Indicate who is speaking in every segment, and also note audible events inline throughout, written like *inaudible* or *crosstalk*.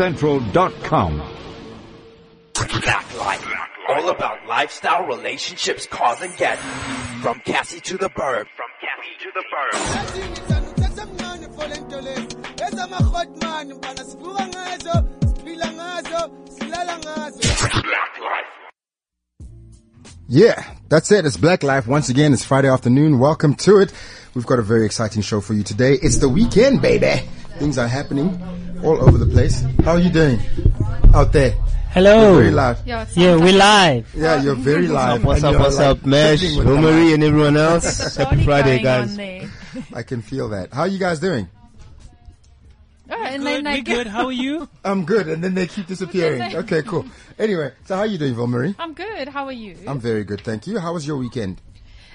Speaker 1: cliffcentral.com.
Speaker 2: Black Life. All about lifestyle, relationships, cars, and gadgets. From Cassie to the bird.
Speaker 3: From Cassie to the bird. Black Life.
Speaker 4: Yeah, that's it. It's Black Life. Once again, it's Friday afternoon. Welcome to it. We've got a very exciting show for you today. It's the weekend, baby. Things are happening all over the place. How are you doing out there?
Speaker 5: Hello.
Speaker 4: Very loud.
Speaker 6: Yeah, it's
Speaker 5: Yeah, *laughs* we live.
Speaker 4: Yeah, you're very live.
Speaker 7: What's
Speaker 4: and
Speaker 7: up,
Speaker 4: you're,
Speaker 7: what's
Speaker 4: like,
Speaker 7: up, Mesh,
Speaker 4: fiddling with the
Speaker 7: Boomery, and everyone
Speaker 6: It's
Speaker 7: else? Happy Friday, guys.
Speaker 4: mic. I can feel that. How are you guys doing?
Speaker 6: and
Speaker 5: Good,
Speaker 6: then
Speaker 5: we
Speaker 6: like,
Speaker 5: good. How are
Speaker 6: *laughs*
Speaker 5: you?
Speaker 4: I'm good, and then they keep disappearing.
Speaker 6: Okay.
Speaker 4: *laughs* Okay, cool. Anyway, so how are you doing, Vilmarie?
Speaker 6: I'm good. How are you?
Speaker 4: I'm very good, thank you. How was your weekend?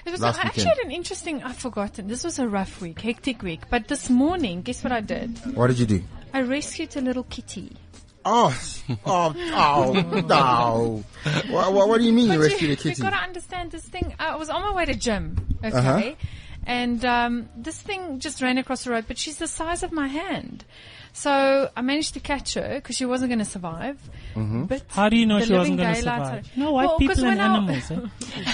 Speaker 6: it was,
Speaker 4: last
Speaker 6: I actually
Speaker 4: weekend.
Speaker 6: had an interesting. I've forgotten. This was a rough week, hectic week. But this morning, guess what I did?
Speaker 4: What did you do?
Speaker 6: I rescued a little kitty.
Speaker 4: Oh, oh, oh, no. What, what, what do you mean you
Speaker 6: But *laughs*
Speaker 4: rescued a
Speaker 6: You
Speaker 4: kitty?
Speaker 6: gotta understand this thing. I was on my way to gym, okay,
Speaker 4: Uh-huh.
Speaker 6: and um, this thing just ran across the road. But she's the size of my hand, so I managed to catch her because she wasn't gonna survive. But
Speaker 5: How do you know
Speaker 6: The
Speaker 5: she wasn't
Speaker 6: living
Speaker 5: going to
Speaker 6: daylights
Speaker 5: survive?
Speaker 6: are-
Speaker 5: No, white
Speaker 6: Well, 'cause
Speaker 5: people and
Speaker 6: when I-
Speaker 5: animals.
Speaker 6: *laughs*
Speaker 5: eh?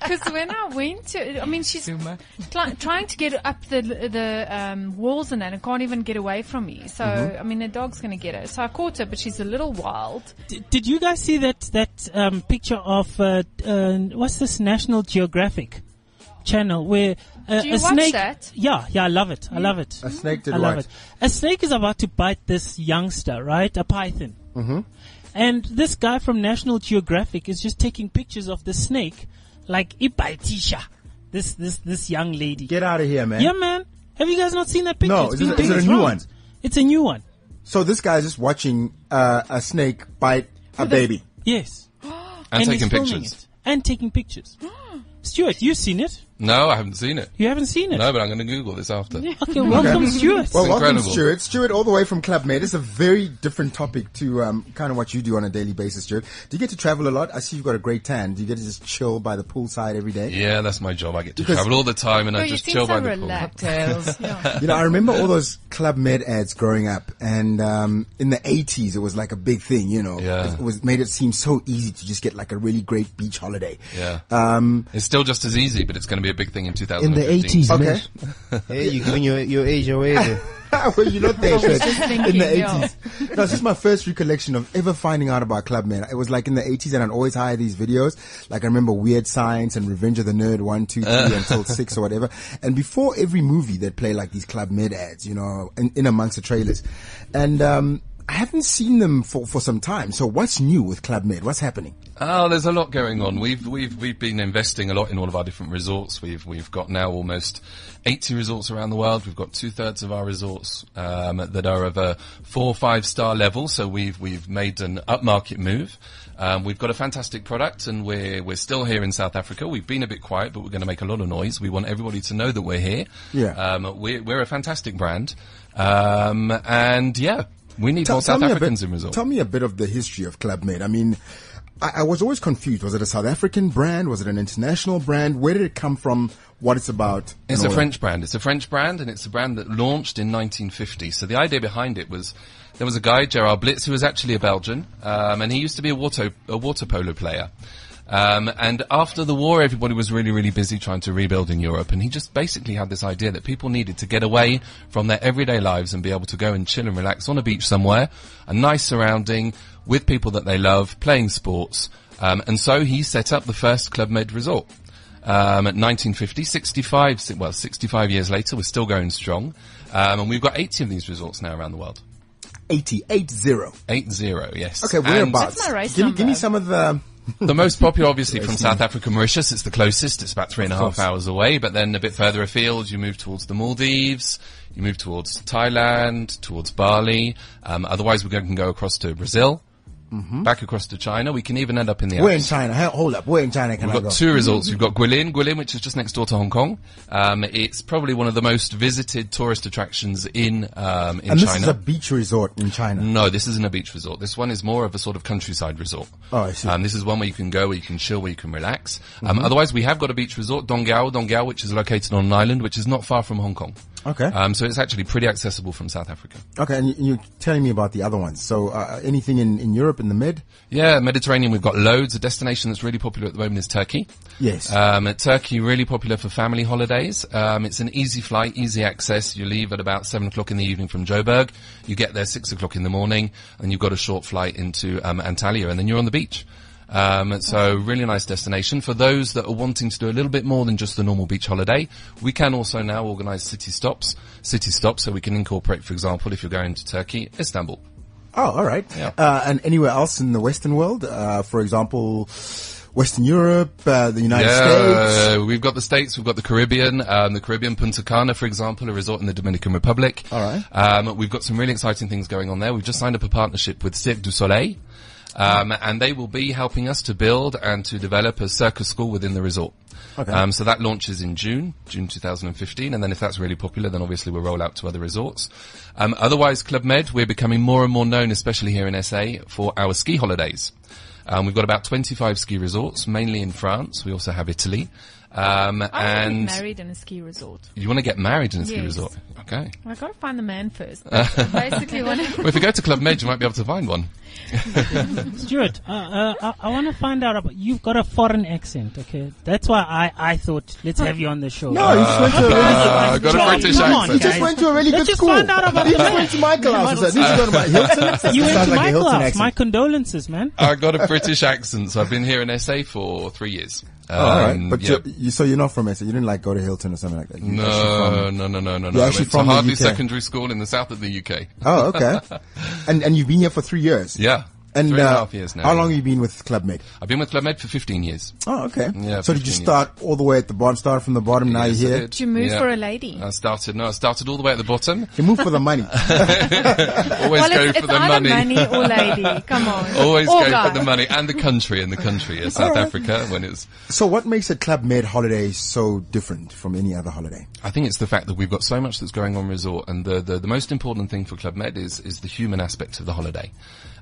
Speaker 6: Because when I went to, I mean, she's cli- trying to get up the the um, walls and that, and can't even get away from me. So
Speaker 8: Mm-hmm.
Speaker 6: I mean, the dog's going to get her. So I caught her, but she's a little wild.
Speaker 5: D- Did you guys see that that um, picture of uh, uh, what's this National Geographic channel where uh,
Speaker 6: Do you
Speaker 5: a
Speaker 6: watch
Speaker 5: snake?
Speaker 6: that? Mm.
Speaker 5: Yeah, yeah, I love it. I love it.
Speaker 4: A snake did
Speaker 5: I love
Speaker 4: what?
Speaker 5: it. A snake is about to bite this youngster, right? A python. Mm-hmm. And this guy from National Geographic is just taking pictures of the snake, like Ibaitisha, this this this young lady.
Speaker 4: Get out of here, man.
Speaker 5: Yeah, man. Have you guys not seen that picture?
Speaker 4: No,
Speaker 5: It's
Speaker 4: is
Speaker 5: been
Speaker 4: it- is
Speaker 5: big
Speaker 4: it a
Speaker 5: as
Speaker 4: new
Speaker 5: round.
Speaker 4: one?
Speaker 5: It's a new one.
Speaker 4: So this guy's just watching uh, a snake bite a baby.
Speaker 5: Yes.
Speaker 8: *gasps* And,
Speaker 5: he's
Speaker 8: taking
Speaker 5: filming
Speaker 8: pictures.
Speaker 5: It. And taking pictures.
Speaker 8: *gasps*
Speaker 5: Stuart, you've seen it.
Speaker 8: No, I haven't seen it.
Speaker 5: You haven't seen it.
Speaker 8: No, but I'm going to Google this after.
Speaker 5: Okay, welcome, Stuart.
Speaker 4: Well, welcome,
Speaker 8: incredible.
Speaker 4: Stuart. Stuart, all the way from Club Med. It's a very different topic to um, kind of what you do on a daily basis, Stuart. Do you get to travel a lot? I see you've got a great tan. Do you get to just chill by the poolside every day?
Speaker 8: Yeah, that's my job. I get to
Speaker 4: Because-
Speaker 8: travel all the time and
Speaker 6: So
Speaker 8: I
Speaker 6: Oh, you
Speaker 8: just
Speaker 6: seem
Speaker 8: chill
Speaker 6: so
Speaker 8: by the pool.
Speaker 6: relaxed. *laughs*
Speaker 8: *laughs*
Speaker 4: You know, I remember all those Club Med ads growing up, and um, in the 80s, it was like a big thing, you know.
Speaker 8: Yeah.
Speaker 4: It was made it seem so easy to just get like a really great beach holiday.
Speaker 8: Yeah.
Speaker 4: Um,
Speaker 8: It's still just as easy, but it's going to be a big thing in 2015.
Speaker 7: In the 80s,
Speaker 4: Okay.
Speaker 7: Mesh.
Speaker 4: *laughs*
Speaker 7: Hey, you're giving your, your age away. there.
Speaker 4: well, you know, *laughs* they
Speaker 6: was
Speaker 4: said
Speaker 6: just
Speaker 4: in
Speaker 6: thinking,
Speaker 4: the
Speaker 6: yeah.
Speaker 4: eighties. No, this is my first recollection of ever finding out about Club Man. It was like in the eighties, and I'd always hire these videos. Like I remember Weird Science and Revenge of the Nerd one, two, three,
Speaker 8: Uh. *laughs*
Speaker 4: until six or whatever. And before every movie, they'd play like these Club Med ads, you know, in, in amongst the trailers. And um, I haven't seen them for for some time. So what's new with Club Med? What's happening?
Speaker 8: Oh, there's a lot going on. We've we've we've been investing a lot in all of our different resorts. We've we've got now almost 80 resorts around the world. We've got two thirds of our resorts um, that are of a four or five star level. So we've we've made an upmarket move. Um, we've got a fantastic product, and we're we're still here in South Africa. We've been a bit quiet, but we're going to make a lot of noise. We want everybody to know that we're here.
Speaker 4: Yeah.
Speaker 8: Um, we're we're a fantastic brand, um, and yeah, we need more South
Speaker 4: me a
Speaker 8: Africans
Speaker 4: bit-
Speaker 8: in resorts.
Speaker 4: Tell me a bit of the history of Club Med. I mean, I, I was always confused. Was it a South African brand? Was it an international brand? Where did it come from? What it's about? and
Speaker 8: It's
Speaker 4: all
Speaker 8: a
Speaker 4: that?
Speaker 8: French brand. It's a French brand, and it's a brand that launched in 1950. So the idea behind it was there was a guy, Gerard Blitz, who was actually a Belgian, um, and he used to be a water a water polo player. Um, and after the war, everybody was really, really busy trying to rebuild in Europe, and he just basically had this idea that people needed to get away from their everyday lives and be able to go and chill and relax on a beach somewhere, a nice surrounding with people that they love, playing sports. Um, and so he set up the first Club Med resort um, at 1950, 65, si- well, 65 years later, we're still going strong. Um, and we've got 80 of these resorts now around the world.
Speaker 4: 80, 80.
Speaker 8: 8-0, yes.
Speaker 4: Okay,
Speaker 8: And
Speaker 4: whereabouts?
Speaker 6: That's my race
Speaker 4: give, me, give me
Speaker 6: number.
Speaker 4: some of the.
Speaker 8: The most popular,
Speaker 4: *laughs*
Speaker 8: obviously, from South Africa, Mauritius, it's the closest, it's about three and a half hours away, but then a bit further afield, you move towards the Maldives, you move towards Thailand, towards Bali, um, otherwise we can go across to Brazil, back across to China, we can even end up in the
Speaker 4: Mm-hmm. We're in
Speaker 8: Alps.
Speaker 4: China. Ho- Hold up. We're in China. Can I
Speaker 8: We've
Speaker 4: go?
Speaker 8: got two resorts. We've got Guilin, Guilin, which is just next door to Hong Kong. Um, it's probably one of the most visited tourist attractions in um, in
Speaker 4: and this
Speaker 8: China.
Speaker 4: is
Speaker 8: Mm.
Speaker 4: a beach resort in China.
Speaker 8: no, this isn't a beach resort. This one is more of a sort of countryside resort.
Speaker 4: Oh, I see. Mm-hmm.
Speaker 8: Um, this is one where you can go, where you can chill, where you can relax. Um, otherwise, we have got a beach resort, Donggao, Donggao, which is located on an island, which is not far from Hong Kong.
Speaker 4: Okay.
Speaker 8: Um, so it's actually pretty accessible from South Africa.
Speaker 4: Okay, and you- you're telling me about the other ones. So uh, anything in, in Europe in the Med?
Speaker 8: Yeah, Mediterranean, we've got loads. A destination that's really popular at the moment is Turkey.
Speaker 4: Yes.
Speaker 8: Um, at Turkey, really popular for family holidays. Um, it's an easy flight, easy access. You leave at about seven o'clock in the evening from Joburg. You get there six o'clock in the morning, and you've got a short flight into um, Antalya, and then you're on the beach. Um, so really nice destination for those that are wanting to do a little bit more than just the normal beach holiday. We can also now organise city stops, city stops, so we can incorporate, for example, if you're going to Turkey, Istanbul.
Speaker 4: Oh, all right.
Speaker 8: Yeah.
Speaker 4: Uh, and anywhere else in the Western world? Uh, for example, Western Europe, uh, the United States.
Speaker 8: uh, we've got the states, we've got the Caribbean, um, the Caribbean Punta Cana, for example, a resort in the Dominican Republic.
Speaker 4: All right.
Speaker 8: Um, we've got some really exciting things going on there. We've just signed up a partnership with Cirque du Soleil, um, and they will be helping us to build and to develop a circus school within the resort.
Speaker 4: Okay.
Speaker 8: Um, so that launches in June, June 2015, and then if that's really popular, then obviously we'll roll out to other resorts. Um, otherwise, Club Med, we're becoming more and more known, especially here in SA, for our ski holidays. Um, we've got about 25 ski resorts, mainly in France. We also have Italy. Um,
Speaker 6: I want to
Speaker 8: and
Speaker 6: get married in a ski resort.
Speaker 8: you want to get married in a ski
Speaker 6: Yes.
Speaker 8: resort? Okay.
Speaker 6: I gotta find the man first.
Speaker 8: *laughs*
Speaker 6: Basically, want to
Speaker 8: Well, if you go to Club Med, you might be able to find one.
Speaker 5: Stuart, uh, uh, I, I want to find out about. You've got a foreign accent, okay? That's why I, I thought let's have you on the show.
Speaker 4: No, he just went to a really,
Speaker 8: Uh, got a
Speaker 5: John,
Speaker 8: British
Speaker 5: come on,
Speaker 8: accent.
Speaker 4: he just went to a really
Speaker 5: Let's
Speaker 4: good
Speaker 5: just
Speaker 4: school.
Speaker 5: find out about
Speaker 4: he
Speaker 5: the
Speaker 4: just
Speaker 5: Med.
Speaker 4: went to my class. He said,
Speaker 5: *laughs*
Speaker 4: "This is going to my Hilton accent."
Speaker 5: you went
Speaker 4: Sounds
Speaker 5: to
Speaker 4: like
Speaker 5: my
Speaker 4: a Hilton
Speaker 5: class.
Speaker 4: accent.
Speaker 5: My condolences, man.
Speaker 8: I got a British accent, so I've been here in SA for three years. Um,
Speaker 4: Oh, all right. But
Speaker 8: yeah.
Speaker 4: you you, so you're not from it. So you didn't like go to Hilton or something like that. You're actually from-
Speaker 8: no, no, no, no, no, no.
Speaker 4: You're
Speaker 8: I
Speaker 4: actually
Speaker 8: went to
Speaker 4: from the
Speaker 8: Hardley
Speaker 4: UK.
Speaker 8: Secondary School in the south of the UK.
Speaker 4: Oh,
Speaker 8: *laughs*
Speaker 4: okay. and and you've been here for three years.
Speaker 8: Yeah.
Speaker 4: And,
Speaker 8: Three and a half
Speaker 4: uh,
Speaker 8: years now.
Speaker 4: How long have you been with Club Med?
Speaker 8: I've been with Club Med for 15 years.
Speaker 4: Oh, okay.
Speaker 8: Yeah,
Speaker 4: so did you
Speaker 8: 15 years.
Speaker 4: start all the way at the bottom? Start from the bottom. Now
Speaker 8: Yes, I
Speaker 4: you're here.
Speaker 6: *laughs*
Speaker 8: did.
Speaker 6: you move
Speaker 8: Yeah. Uh,
Speaker 6: for a lady.
Speaker 8: I started, no, I started all the way at the bottom.
Speaker 4: You move for the
Speaker 8: *laughs*
Speaker 4: money.
Speaker 8: Always
Speaker 6: well,
Speaker 8: go
Speaker 6: it's,
Speaker 8: for
Speaker 6: it's
Speaker 8: the
Speaker 6: either
Speaker 8: money.
Speaker 6: money. or
Speaker 8: *laughs*
Speaker 6: lady. Come on.
Speaker 8: Always
Speaker 6: or
Speaker 8: go
Speaker 6: guy.
Speaker 8: for the money and the country and the country
Speaker 6: *laughs*
Speaker 8: is South Africa when it's
Speaker 4: so what makes a Club Med holiday so different from any other holiday?
Speaker 8: I think it's the fact that we've got so much that's going on resort, and the, the, the most important thing for Club Med is is the human aspect of the holiday.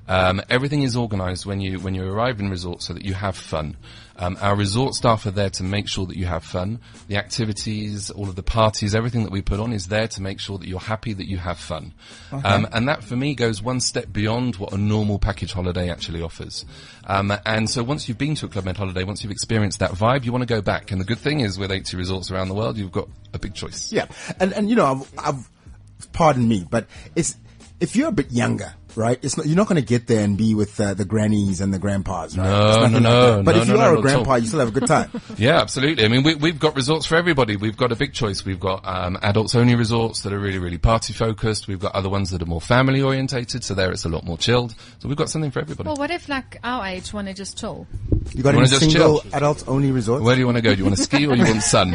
Speaker 8: Um, everything is organised when you when you arrive in resort so that you have fun. Um, our resort staff are there to make sure that you have fun. The activities, all of the parties, everything that we put on is there to make sure that you're happy that you have fun. Um, and that for me goes one step beyond what a normal package holiday actually offers. Um, and so once you've been to a Club Med holiday, once you've experienced that vibe, you want to go back. And the good thing is with 80 resorts around the world, you've got a big choice.
Speaker 4: Yeah, and and you know, I've, I've pardon me, but it's if you're a bit younger, right? It's not you're not going to get there and be with uh, the grannies and the grandpas, right?
Speaker 8: No,
Speaker 4: It's nothing
Speaker 8: no,
Speaker 4: like
Speaker 8: no,
Speaker 4: that. But
Speaker 8: no,
Speaker 4: if
Speaker 8: no,
Speaker 4: you
Speaker 8: no,
Speaker 4: are
Speaker 8: not
Speaker 4: a
Speaker 8: at
Speaker 4: grandpa,
Speaker 8: all.
Speaker 4: you still have a good time.
Speaker 8: *laughs* Yeah, absolutely. I mean, we, we've got resorts for everybody. We've got a big choice. We've got um, adults only resorts that are really, really party focused. We've got other ones that are more family orientated. So there it's a lot more chilled. So we've got something for everybody.
Speaker 6: Well, what if like our age want to just chill?
Speaker 4: You got
Speaker 8: You wanna
Speaker 4: any
Speaker 8: just
Speaker 4: single
Speaker 8: chill?
Speaker 4: adult only resort?
Speaker 8: Where do you want to go? Do you want to ski or you want sun?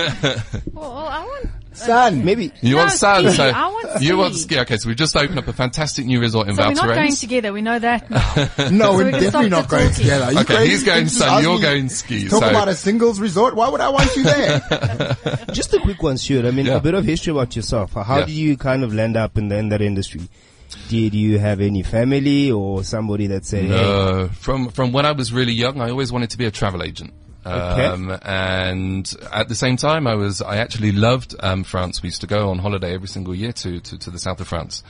Speaker 6: Well, well I want.
Speaker 7: Son,
Speaker 8: *laughs*
Speaker 7: maybe.
Speaker 8: You
Speaker 6: No,
Speaker 8: want sun,
Speaker 6: ski.
Speaker 8: so
Speaker 6: I want
Speaker 8: you want
Speaker 6: ski.
Speaker 8: ski. Okay, so we've just opened up a fantastic new resort in
Speaker 6: So we're not going
Speaker 8: Valterrains.
Speaker 6: together. We know
Speaker 8: *laughs*
Speaker 6: that. Now.
Speaker 4: No, we're
Speaker 6: we can
Speaker 4: definitely
Speaker 6: stop
Speaker 4: not
Speaker 6: the
Speaker 4: going
Speaker 6: talking.
Speaker 4: together. Are you
Speaker 8: Okay,
Speaker 4: crazy?
Speaker 8: he's going
Speaker 4: Just
Speaker 8: sun,
Speaker 4: ask
Speaker 8: you're
Speaker 4: me-
Speaker 8: going ski,
Speaker 4: Talk
Speaker 8: so-
Speaker 4: about a singles resort. Why would I want you
Speaker 8: *laughs*
Speaker 4: there?
Speaker 7: Just a quick one, Stuart. I mean,
Speaker 8: Yeah.
Speaker 7: a bit of history about yourself. How
Speaker 8: Yeah.
Speaker 7: do you kind of land up in, the, in that industry? Did you have any family or somebody that said, hey,
Speaker 8: Uh, from from when I was really young, I always wanted to be a travel agent. Um, And at the same time, I was I actually loved um, France. We used to go on holiday every single year to to, to the south of France.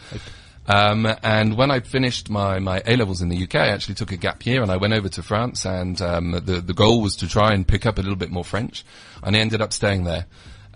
Speaker 8: Um, and when I finished my, my A levels in the UK, I actually took a gap year and I went over to France. And um, the the goal was to try and pick up a little bit more French, and I ended up staying there.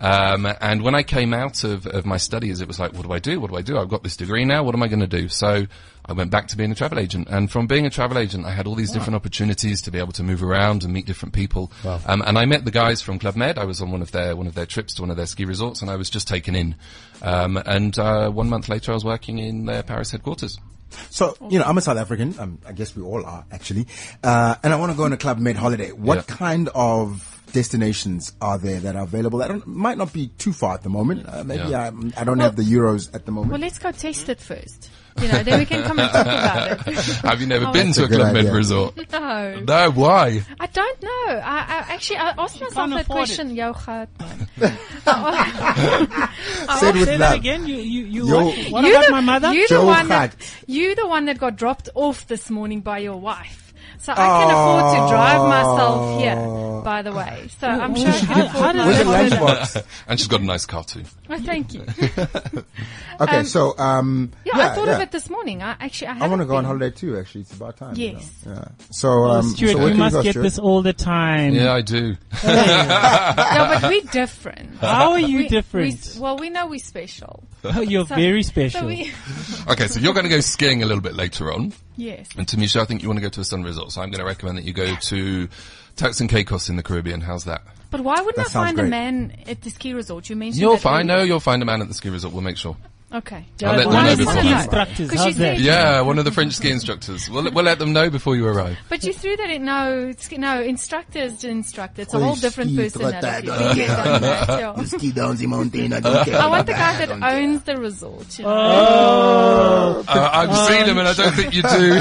Speaker 8: Um, and when I came out of, of my studies, it was like, what do I do? What do I do? I've got this degree now. What am I going to do? So I went back to being a travel agent. And from being a travel agent, I had all these
Speaker 4: Ah.
Speaker 8: different opportunities to be able to move around and meet different people. Um, and I met the guys from Club Med. I was on one of their, one of their trips to one of their ski resorts and I was just taken in. Um, and, uh, one month later I was working in their Paris headquarters. *laughs*
Speaker 4: So, you know, I'm a South African. Um, I guess we all are, actually. Uh, and I want to go on a Club Med holiday. What
Speaker 8: Yeah.
Speaker 4: kind of destinations are there that are available? That don't, might not be too far at the moment. Uh, maybe
Speaker 8: Yeah.
Speaker 4: I'm- I, don't have the euros at the moment.
Speaker 6: Well, let's go test it first. You know, then we can come and talk
Speaker 5: *laughs*
Speaker 6: about it.
Speaker 8: Have you never been to a
Speaker 4: Oh, good
Speaker 8: Club Med
Speaker 4: idea.
Speaker 8: resort?
Speaker 6: No,
Speaker 8: No, why? *laughs*
Speaker 6: I don't know. I, I actually I asked myself
Speaker 5: can't
Speaker 6: that
Speaker 5: afford it.
Speaker 6: question. Uh, Yo,
Speaker 5: *laughs*
Speaker 6: gaat man.
Speaker 4: Said with
Speaker 5: Say that
Speaker 4: love.
Speaker 5: again. You, you, you.
Speaker 4: Yo-
Speaker 5: What, what about my mother?
Speaker 6: You the
Speaker 4: Joe
Speaker 6: one that
Speaker 4: gaat.
Speaker 6: you the one that got dropped off this morning by your wife. So I can afford to drive myself
Speaker 4: Oh.
Speaker 6: here, by the way. So I'm sure I can
Speaker 5: How-
Speaker 6: afford
Speaker 5: how
Speaker 6: my
Speaker 5: did
Speaker 6: own-
Speaker 5: that-
Speaker 4: lunchbox.
Speaker 8: and she's got a nice car too.
Speaker 6: Oh,
Speaker 4: *laughs*
Speaker 6: Thank you.
Speaker 4: Okay,
Speaker 6: Um,
Speaker 4: so um,
Speaker 6: Yeah, I thought
Speaker 4: yeah.
Speaker 6: of it this morning. I actually, I
Speaker 4: I want to
Speaker 6: haven't
Speaker 4: go on
Speaker 6: been.
Speaker 4: holiday too. Actually, it's about time. you
Speaker 6: Yes.
Speaker 4: know. Yeah. So, um,
Speaker 5: Stuart,
Speaker 4: so where
Speaker 5: you
Speaker 4: can
Speaker 5: must
Speaker 4: go,
Speaker 5: get
Speaker 4: Stuart?
Speaker 5: this all the time.
Speaker 8: Yeah, I do.
Speaker 6: No,
Speaker 4: *laughs*
Speaker 6: but we're different. *laughs*
Speaker 5: How are you
Speaker 6: We- we-
Speaker 5: different?
Speaker 6: well, we know we're special.
Speaker 5: *laughs* You're
Speaker 6: So-
Speaker 5: very special.
Speaker 6: So we, *laughs*
Speaker 8: okay, so you're going to go skiing a little bit later on.
Speaker 6: yes.
Speaker 8: And Tamisha, I think you want to go to a sun resort, so I'm going to recommend that you go to Turks and Caicos in the Caribbean. How's that?
Speaker 6: But why wouldn't
Speaker 4: That
Speaker 6: I
Speaker 4: sounds
Speaker 6: find a
Speaker 4: great.
Speaker 6: man at the ski resort? You mentioned
Speaker 8: You'll
Speaker 6: that
Speaker 8: find, no,
Speaker 6: earlier.
Speaker 8: you'll find a man at the ski resort. We'll make sure.
Speaker 6: Okay.
Speaker 8: I'll let
Speaker 5: But
Speaker 8: them
Speaker 5: one
Speaker 8: know
Speaker 5: of the
Speaker 8: before
Speaker 5: ski
Speaker 8: you arrive.
Speaker 5: instructors,
Speaker 6: 'Cause
Speaker 5: how's
Speaker 6: she's
Speaker 5: that?
Speaker 6: very-
Speaker 8: Yeah, one of the French ski instructors. We'll, we'll let them know before you arrive.
Speaker 6: But you threw that in. No, it's, no, instructors to instructor. It's a
Speaker 4: Please
Speaker 6: whole different
Speaker 4: ski through
Speaker 6: personality.
Speaker 4: that.
Speaker 6: Been there, done that,
Speaker 8: *laughs*
Speaker 6: yeah.
Speaker 4: ski down the mountain. I don't care.
Speaker 6: *laughs* I want the guy that owns the resort. you know.
Speaker 5: Oh.
Speaker 8: Uh, I've seen him and I don't think you do.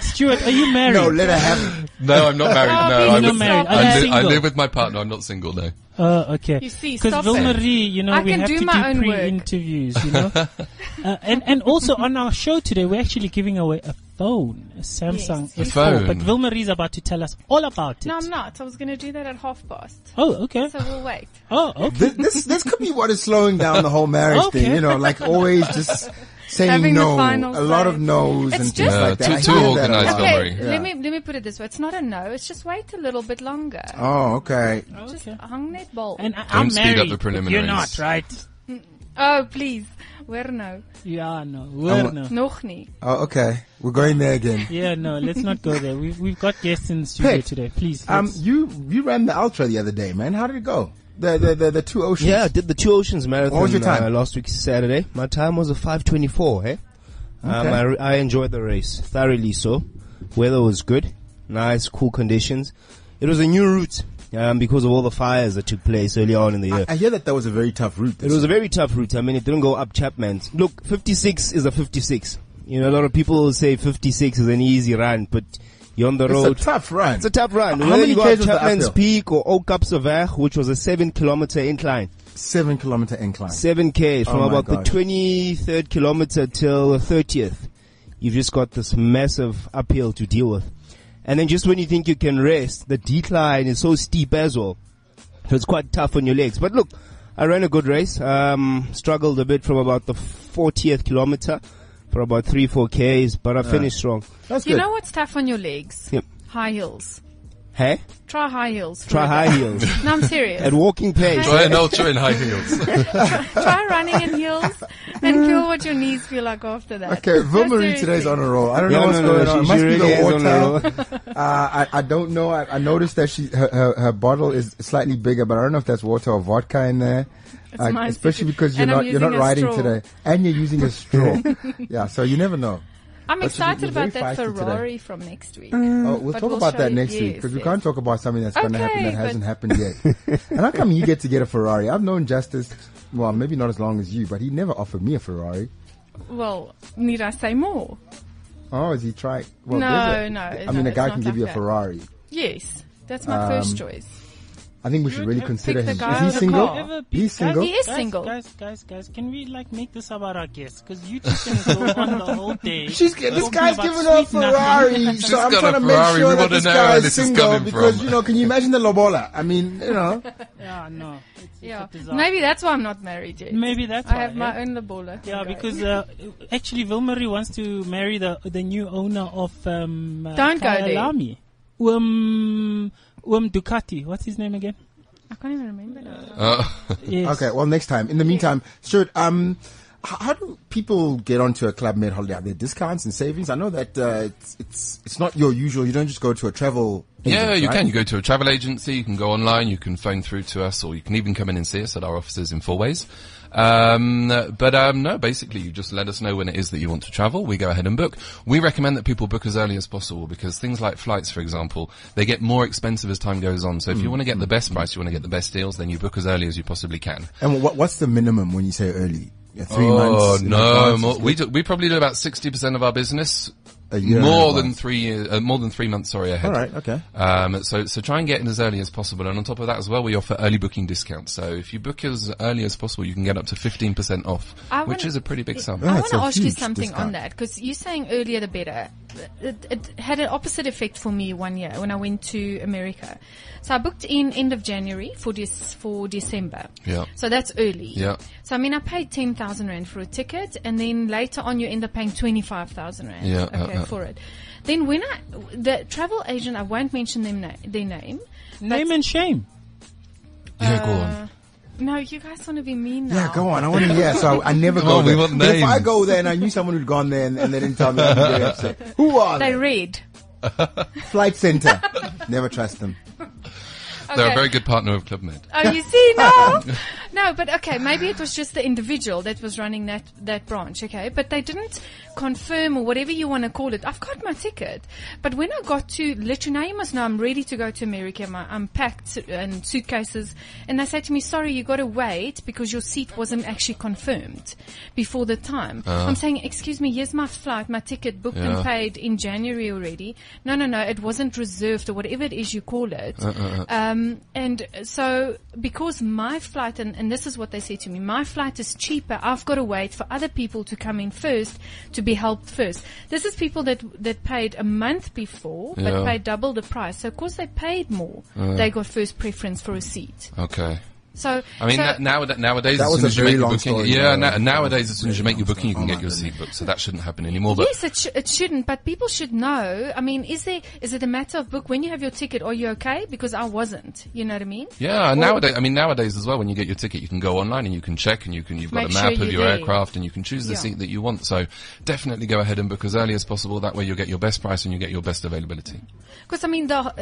Speaker 5: Stuart, are you married?
Speaker 4: No, let her have. it.
Speaker 8: *laughs* no, I'm not married.
Speaker 6: Oh,
Speaker 8: No,
Speaker 6: he's
Speaker 8: I'm
Speaker 6: not
Speaker 8: a-
Speaker 6: married.
Speaker 8: I,
Speaker 5: I'm
Speaker 8: li- I
Speaker 5: single.
Speaker 8: live with my partner. I'm not single, no.
Speaker 5: Oh, okay.
Speaker 6: You see,
Speaker 5: because
Speaker 6: stop
Speaker 5: Ville
Speaker 6: it.
Speaker 5: Marie, you know,
Speaker 6: I
Speaker 5: we
Speaker 6: can
Speaker 5: have
Speaker 6: do
Speaker 5: to
Speaker 6: my own
Speaker 5: do
Speaker 6: work.
Speaker 5: pre-interviews, you
Speaker 8: *laughs*
Speaker 5: know, uh, and and also on our show today, we're actually giving away a phone, a Samsung
Speaker 8: A
Speaker 5: S4,
Speaker 8: phone.
Speaker 5: But Ville Marie's about to tell us all about it.
Speaker 6: No, I'm not. I was going to do that at half past.
Speaker 5: oh, okay.
Speaker 6: So we'll wait.
Speaker 5: oh, okay.
Speaker 4: This, this this could be what is slowing down the whole marriage
Speaker 5: Okay.
Speaker 4: thing. You know, like always just saying
Speaker 6: Having the
Speaker 4: no.
Speaker 6: final
Speaker 4: a lot of
Speaker 6: say.
Speaker 4: no's
Speaker 6: It's
Speaker 4: and things
Speaker 6: just-
Speaker 8: Yeah,
Speaker 4: like that.
Speaker 8: too-
Speaker 4: I
Speaker 8: too
Speaker 4: hear that a
Speaker 8: organized,
Speaker 4: lot.
Speaker 8: don't worry.
Speaker 6: Okay,
Speaker 8: Yeah.
Speaker 6: let me let me put it this way. It's not a no. It's just wait a little bit longer.
Speaker 4: Oh, okay.
Speaker 6: Just hung that ball.
Speaker 5: And I,
Speaker 8: Don't
Speaker 5: I'm
Speaker 8: speed up
Speaker 5: married.
Speaker 8: the
Speaker 5: but You're
Speaker 8: preliminaries.
Speaker 5: not, right?
Speaker 6: oh please, where no,
Speaker 5: Yeah, no, we're
Speaker 4: wa-
Speaker 5: no.
Speaker 6: nog nie.
Speaker 4: Oh, okay. We're going there again.
Speaker 5: Yeah, no. Let's not go there. We've we've got guests in the studio
Speaker 4: Hey,
Speaker 5: today. Please.
Speaker 4: Um,
Speaker 5: let's-
Speaker 4: you you ran the ultra the other day, man. How did it go? The the the, the two oceans.
Speaker 7: Yeah, I did the Two Oceans Marathon
Speaker 4: What was your time?
Speaker 7: Uh, last week, Saturday. My time was a 5.24, eh? Um,
Speaker 4: Okay.
Speaker 7: I, re- I enjoyed the race, thoroughly so. Weather was good, nice, cool conditions. It was a new route um, because of all the fires that took place early on in the year.
Speaker 4: I hear that that was a very tough route.
Speaker 7: It was a very tough route. I mean, it didn't go up Chapman's. Look, 56 is a 56. You know, a lot of people say 56 is an easy run, but you're on the
Speaker 4: it's a
Speaker 7: road.
Speaker 4: tough run.
Speaker 7: It's a tough run.
Speaker 4: How
Speaker 7: Whether
Speaker 4: many
Speaker 7: you go
Speaker 4: Ks
Speaker 7: up
Speaker 4: was the
Speaker 7: Chapman's
Speaker 4: uphill?
Speaker 7: Peak or Oak Up Savach, which was a seven kilometer incline.
Speaker 4: seven kilometer incline.
Speaker 7: Seven K from
Speaker 4: Oh my
Speaker 7: about
Speaker 4: gosh.
Speaker 7: the 23rd kilometer till the 30th. You've just got this massive uphill to deal with. And then just when you think you can rest, the decline is so steep as well. So it's quite tough on your legs. But look, I ran a good race. Um, struggled a bit from about the 40th kilometer for about three, four Ks, but I finished strong.
Speaker 4: That's
Speaker 6: You
Speaker 4: good.
Speaker 6: know what's tough on your legs?
Speaker 7: Yep.
Speaker 6: High heels.
Speaker 7: Hey?
Speaker 6: Try high heels. for
Speaker 7: Try
Speaker 6: a
Speaker 7: high
Speaker 6: day.
Speaker 7: heels.
Speaker 6: *laughs* No, I'm serious.
Speaker 7: At walking pace.
Speaker 8: Try an ultra in high heels.
Speaker 6: Try running in heels and feel what your knees feel like after that.
Speaker 4: Mm.
Speaker 6: *laughs*
Speaker 4: Okay, Ville
Speaker 6: No,
Speaker 4: Marie today's
Speaker 6: seriously.
Speaker 4: on a roll. I don't
Speaker 7: Yeah,
Speaker 4: know what's
Speaker 7: no, no,
Speaker 4: going
Speaker 7: she-
Speaker 4: on. It
Speaker 7: she
Speaker 4: must
Speaker 7: really is
Speaker 4: be
Speaker 7: on a
Speaker 4: the water. *laughs* uh, I, I don't know. I, I noticed that she her, her, her bottle is slightly bigger, but I don't know if that's water or vodka in there. Uh,
Speaker 6: mine,
Speaker 4: especially
Speaker 6: Sissy.
Speaker 4: because you're
Speaker 6: And I'm
Speaker 4: not you're not
Speaker 6: using a
Speaker 4: riding
Speaker 6: straw.
Speaker 4: today, and you're using a
Speaker 7: *laughs*
Speaker 4: straw. yeah, so you never know.
Speaker 6: I'm
Speaker 4: That's what
Speaker 6: excited
Speaker 4: you're very
Speaker 6: about that
Speaker 4: feisty today.
Speaker 6: Ferrari from next week.
Speaker 4: Oh, we'll
Speaker 6: But
Speaker 4: talk
Speaker 6: we'll
Speaker 4: about
Speaker 6: show
Speaker 4: that
Speaker 6: you-
Speaker 4: next week
Speaker 6: yes,
Speaker 4: because we
Speaker 6: yes.
Speaker 4: can't talk about something that's going to happen
Speaker 6: Okay,
Speaker 4: that
Speaker 6: but-
Speaker 4: hasn't happened
Speaker 7: *laughs*
Speaker 4: yet. and how come you get to get a Ferrari? I've known Justice, well, maybe not as long as you, but he never offered me a Ferrari.
Speaker 6: Well, need I say more?
Speaker 4: Oh, is he trying? Well,
Speaker 6: No,
Speaker 4: there's a-
Speaker 6: no,
Speaker 4: I
Speaker 6: no,
Speaker 4: mean, a
Speaker 6: it's
Speaker 4: guy
Speaker 6: not
Speaker 4: can give you a
Speaker 6: like that.
Speaker 4: Ferrari. Um,
Speaker 6: Yes, that's my first choice.
Speaker 4: I think we should really
Speaker 5: have
Speaker 4: consider
Speaker 6: picked
Speaker 4: him.
Speaker 6: the guy
Speaker 4: Is he
Speaker 6: with the
Speaker 4: single?
Speaker 6: car.
Speaker 5: Ever be-
Speaker 4: He's single.
Speaker 6: He is
Speaker 5: guys,
Speaker 6: single.
Speaker 5: Guys, guys, guys, can we like make this about our guests? Because you two can go
Speaker 4: *laughs*
Speaker 5: on the whole day.
Speaker 4: She's this
Speaker 5: talking
Speaker 4: guy's
Speaker 5: about
Speaker 4: giving her a
Speaker 5: sweet nothing.
Speaker 4: *laughs* Ferrari,
Speaker 8: She's
Speaker 4: so I'm
Speaker 8: got
Speaker 4: trying
Speaker 8: a
Speaker 4: to make
Speaker 8: Ferrari.
Speaker 4: sure
Speaker 8: We
Speaker 4: that
Speaker 8: wanna
Speaker 4: this
Speaker 8: know
Speaker 4: guy
Speaker 8: where
Speaker 4: is
Speaker 8: this is
Speaker 4: single
Speaker 8: coming
Speaker 4: because
Speaker 8: from.
Speaker 4: you know. Can you imagine the lobola? I mean, you know,
Speaker 5: *laughs* Yeah, no. It's, it's
Speaker 6: Yeah,
Speaker 5: a disaster.
Speaker 6: maybe that's why I'm not married yet.
Speaker 5: Maybe that's
Speaker 6: I
Speaker 5: why,
Speaker 6: have
Speaker 5: yeah.
Speaker 6: my own labola.
Speaker 5: Yeah, because uh, actually, Vilmarie wants to marry the the new owner of um, uh,
Speaker 6: Don't go there.
Speaker 5: Kyalami. Um, um Ducati. What's his name again?
Speaker 6: I can't even remember now.
Speaker 8: Uh,
Speaker 5: Yes.
Speaker 4: *laughs* Okay, well, next time. In the meantime, Stuart, um, h- how do people get onto a Club Med holiday? Are there discounts and savings? I know that uh, it's, it's it's not your usual. You don't just go to a travel.
Speaker 8: yeah,
Speaker 4: agent,
Speaker 8: you
Speaker 4: right?
Speaker 8: can. You go to a travel agency, you can go online, you can phone through to us, or you can even come in and see us at our offices in Four Ways. Um, but um, no, basically, you just let us know when it is that you want to travel. We go ahead and book. We recommend that people book as early as possible because things like flights, for example, they get more expensive as time goes on. So
Speaker 4: Mm.
Speaker 8: if you want to get the best price, you want to get the best deals, then you book as early as you possibly can.
Speaker 4: And what, what's the minimum when you say early? Yeah, Three
Speaker 8: oh
Speaker 4: months. in
Speaker 8: no,
Speaker 4: advance?
Speaker 8: more, we do, we probably do about sixty percent of our business
Speaker 4: A year in
Speaker 8: more than
Speaker 4: advance.
Speaker 8: three years, uh, more than three months. Sorry, ahead.
Speaker 4: All right, okay.
Speaker 8: Um, so, so try and get in as early as possible. And on top of that as well, we offer early booking discounts. So if you book as early as possible, you can get up to 15% off,
Speaker 6: I
Speaker 8: which
Speaker 6: wanna- Oh,
Speaker 8: is a pretty big sum.
Speaker 6: I
Speaker 4: Yeah,
Speaker 6: want
Speaker 4: Ah, it's *laughs*
Speaker 6: to
Speaker 4: a
Speaker 6: ask you
Speaker 4: huge
Speaker 6: something on
Speaker 4: discount.
Speaker 6: that because you're saying earlier the better. it, it had an opposite effect for me one year when I went to America. So I booked in end of January for this, for December.
Speaker 8: Yeah.
Speaker 6: So that's early.
Speaker 8: Yeah.
Speaker 6: So I mean, I paid 10,000 Rand for a ticket and then later on you end up paying 25,000 Rand.
Speaker 8: Yeah,
Speaker 6: Okay.
Speaker 8: uh, uh.
Speaker 6: For it. Then when I, the travel agent, I won't mention them na- their name.
Speaker 5: Name and shame.
Speaker 8: Yeah, go
Speaker 6: uh,
Speaker 8: on.
Speaker 6: No, you guys want to be mean now.
Speaker 4: Yeah, go on. I want to hear. So I, I never
Speaker 8: Come
Speaker 4: go
Speaker 8: on, we
Speaker 4: there.
Speaker 8: want
Speaker 4: But if I
Speaker 8: names.
Speaker 4: go there and I knew someone who'd gone there and, and they didn't tell me, I'd be very *laughs* upset. Who are
Speaker 6: They
Speaker 4: they?
Speaker 6: read.
Speaker 4: Flight center. *laughs* Never trust them.
Speaker 8: They're a
Speaker 6: Okay.
Speaker 8: very good partner of Club Med.
Speaker 6: Oh, you see, no, no, but okay, maybe it was just the individual that was running that that branch, okay, but they didn't confirm or whatever you want to call it. I've got my ticket, but when I got to literally, now you must know I'm ready to go to America. My, I'm packed and suitcases, and they say to me, "Sorry, you got to wait because your seat wasn't actually confirmed before the time." I'm saying, "Excuse me, here's my flight, my ticket booked and
Speaker 8: Yeah.
Speaker 6: paid in January already." No, no, no, it wasn't reserved or whatever it is you call it.
Speaker 8: Uh,
Speaker 6: Um, and so because my flight, and, and this is what they say to me, my flight is cheaper. I've got to wait for other people to come in first to be helped first. This is people that, that paid a month before,
Speaker 8: Yeah. Uh.
Speaker 6: but paid double the price. So of course they paid more. They got first preference for a seat.
Speaker 8: Okay.
Speaker 6: So,
Speaker 8: I mean,
Speaker 6: so-
Speaker 8: na- nowada- nowadays,
Speaker 4: That
Speaker 8: as
Speaker 4: was
Speaker 8: soon
Speaker 4: a
Speaker 8: as you
Speaker 4: very
Speaker 8: make your
Speaker 4: long
Speaker 8: booking,
Speaker 4: story,
Speaker 8: yeah,
Speaker 4: though.
Speaker 8: na- nowadays, as soon
Speaker 4: Very
Speaker 8: as you make
Speaker 4: long
Speaker 8: your booking, you
Speaker 4: story. Oh
Speaker 8: can get
Speaker 4: my
Speaker 8: your
Speaker 4: goodness.
Speaker 8: seat booked. So that shouldn't happen anymore. But
Speaker 6: Yes, it, sh- it shouldn't, but people should know. I mean, is there, is it a matter of book? When you have your ticket, are you okay? Because I wasn't. You know what I mean?
Speaker 8: yeah, nowadays, I mean, nowadays as well, when you get your ticket, you can go online and you can check, and you can you've got
Speaker 6: Make
Speaker 8: a map
Speaker 6: sure
Speaker 8: of
Speaker 6: you're
Speaker 8: your
Speaker 6: there.
Speaker 8: aircraft, and you can choose the
Speaker 6: Yeah.
Speaker 8: seat that you want. So definitely go ahead and book as early as possible. That way, you'll get your best price and you get your best availability.
Speaker 6: Because I mean, the, uh,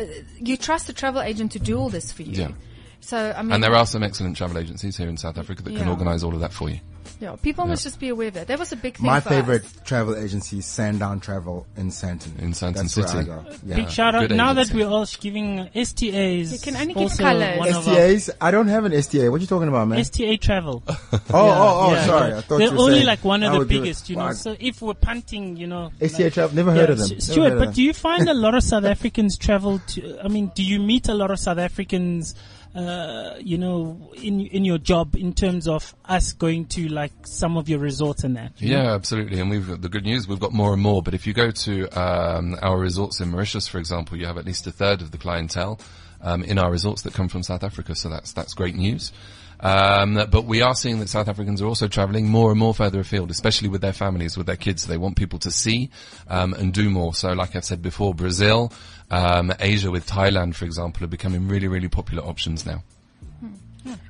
Speaker 6: you trust a travel agent to do all this for you.
Speaker 8: Yeah.
Speaker 6: So I mean,
Speaker 8: And there are some excellent travel agencies here in South Africa that can
Speaker 6: Mm-hmm. Yeah.
Speaker 8: organise all of that for you.
Speaker 6: yeah, people must just be aware of that. That was a big thing.
Speaker 4: My
Speaker 6: for
Speaker 4: favorite
Speaker 6: us.
Speaker 4: travel agency is Sandown Travel in Santon.
Speaker 8: In Sandton
Speaker 4: That's
Speaker 8: City.
Speaker 4: Where I go. Yeah.
Speaker 5: Big shout out.
Speaker 8: good
Speaker 5: Now that
Speaker 8: agency.
Speaker 5: we're all giving STAs.
Speaker 6: You can only give
Speaker 5: also
Speaker 6: colours.
Speaker 5: one of our-
Speaker 4: STAs? I don't have an STA. What are you talking about, man?
Speaker 5: STA
Speaker 4: *laughs*
Speaker 5: travel.
Speaker 4: oh, oh, oh,
Speaker 5: Yeah.
Speaker 4: sorry. I thought
Speaker 5: They're
Speaker 4: you were
Speaker 5: only
Speaker 4: saying
Speaker 5: like one
Speaker 4: I
Speaker 5: of the
Speaker 4: would give it-
Speaker 5: biggest, you know.
Speaker 4: Fuck.
Speaker 5: So if we're punting, you know.
Speaker 4: STA Travel, never heard of them.
Speaker 5: S-
Speaker 4: Never heard
Speaker 5: Stuart,
Speaker 4: of
Speaker 5: but
Speaker 4: them.
Speaker 5: do you find a lot of
Speaker 4: *laughs*
Speaker 5: South Africans travel to? I mean, do you meet a lot of South Africans, uh, you know, in in your job in terms of us going to like some of your resorts and that?
Speaker 8: Yeah, absolutely. And we've got the good news, we've got more and more. But if you go to um, our resorts in Mauritius, for example, you have at least a third of the clientele um, in our resorts that come from South Africa. So that's that's great news. Um, but we are seeing that South Africans are also travelling more and more further afield, especially with their families, with their kids. They want people to see um, and do more. So, like I've said before, Brazil, um, Asia, with Thailand, for example, are becoming really, really popular options now.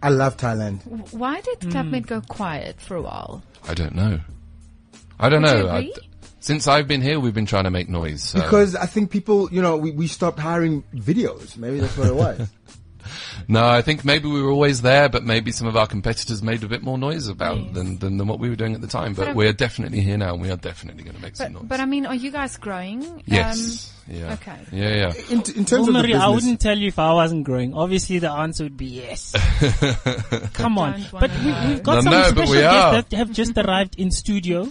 Speaker 4: I love Thailand.
Speaker 6: Why did
Speaker 8: Hmm.
Speaker 6: ClubMed go quiet for a while?
Speaker 8: I don't know. I don't
Speaker 6: Would you
Speaker 8: know. I-
Speaker 6: agree?
Speaker 8: since I've been here, we've been trying to make noise. So.
Speaker 4: Because I think people, you know, we, we stopped hiring videos. Maybe that's what it was.
Speaker 8: No, I think maybe we were always there, but maybe some of our competitors made a bit more noise about than, than than what we were doing at the time. But
Speaker 6: I'm-
Speaker 8: we're definitely here now, and we are definitely going to make some noise.
Speaker 6: But, but I mean, are you guys growing? Um,
Speaker 8: yes, yeah,
Speaker 6: okay.
Speaker 8: yeah, yeah.
Speaker 4: *laughs* In, in terms
Speaker 5: Well,
Speaker 4: of the
Speaker 5: Marie, I
Speaker 4: business,
Speaker 5: wouldn't tell you if I wasn't growing. Obviously, the answer would be
Speaker 8: *laughs*
Speaker 5: yes. Come on,
Speaker 6: Don't wanna
Speaker 5: but we,
Speaker 6: know.
Speaker 5: we've got
Speaker 8: No,
Speaker 5: some
Speaker 8: no, but
Speaker 5: special
Speaker 8: we are.
Speaker 5: guests that have just arrived in studio.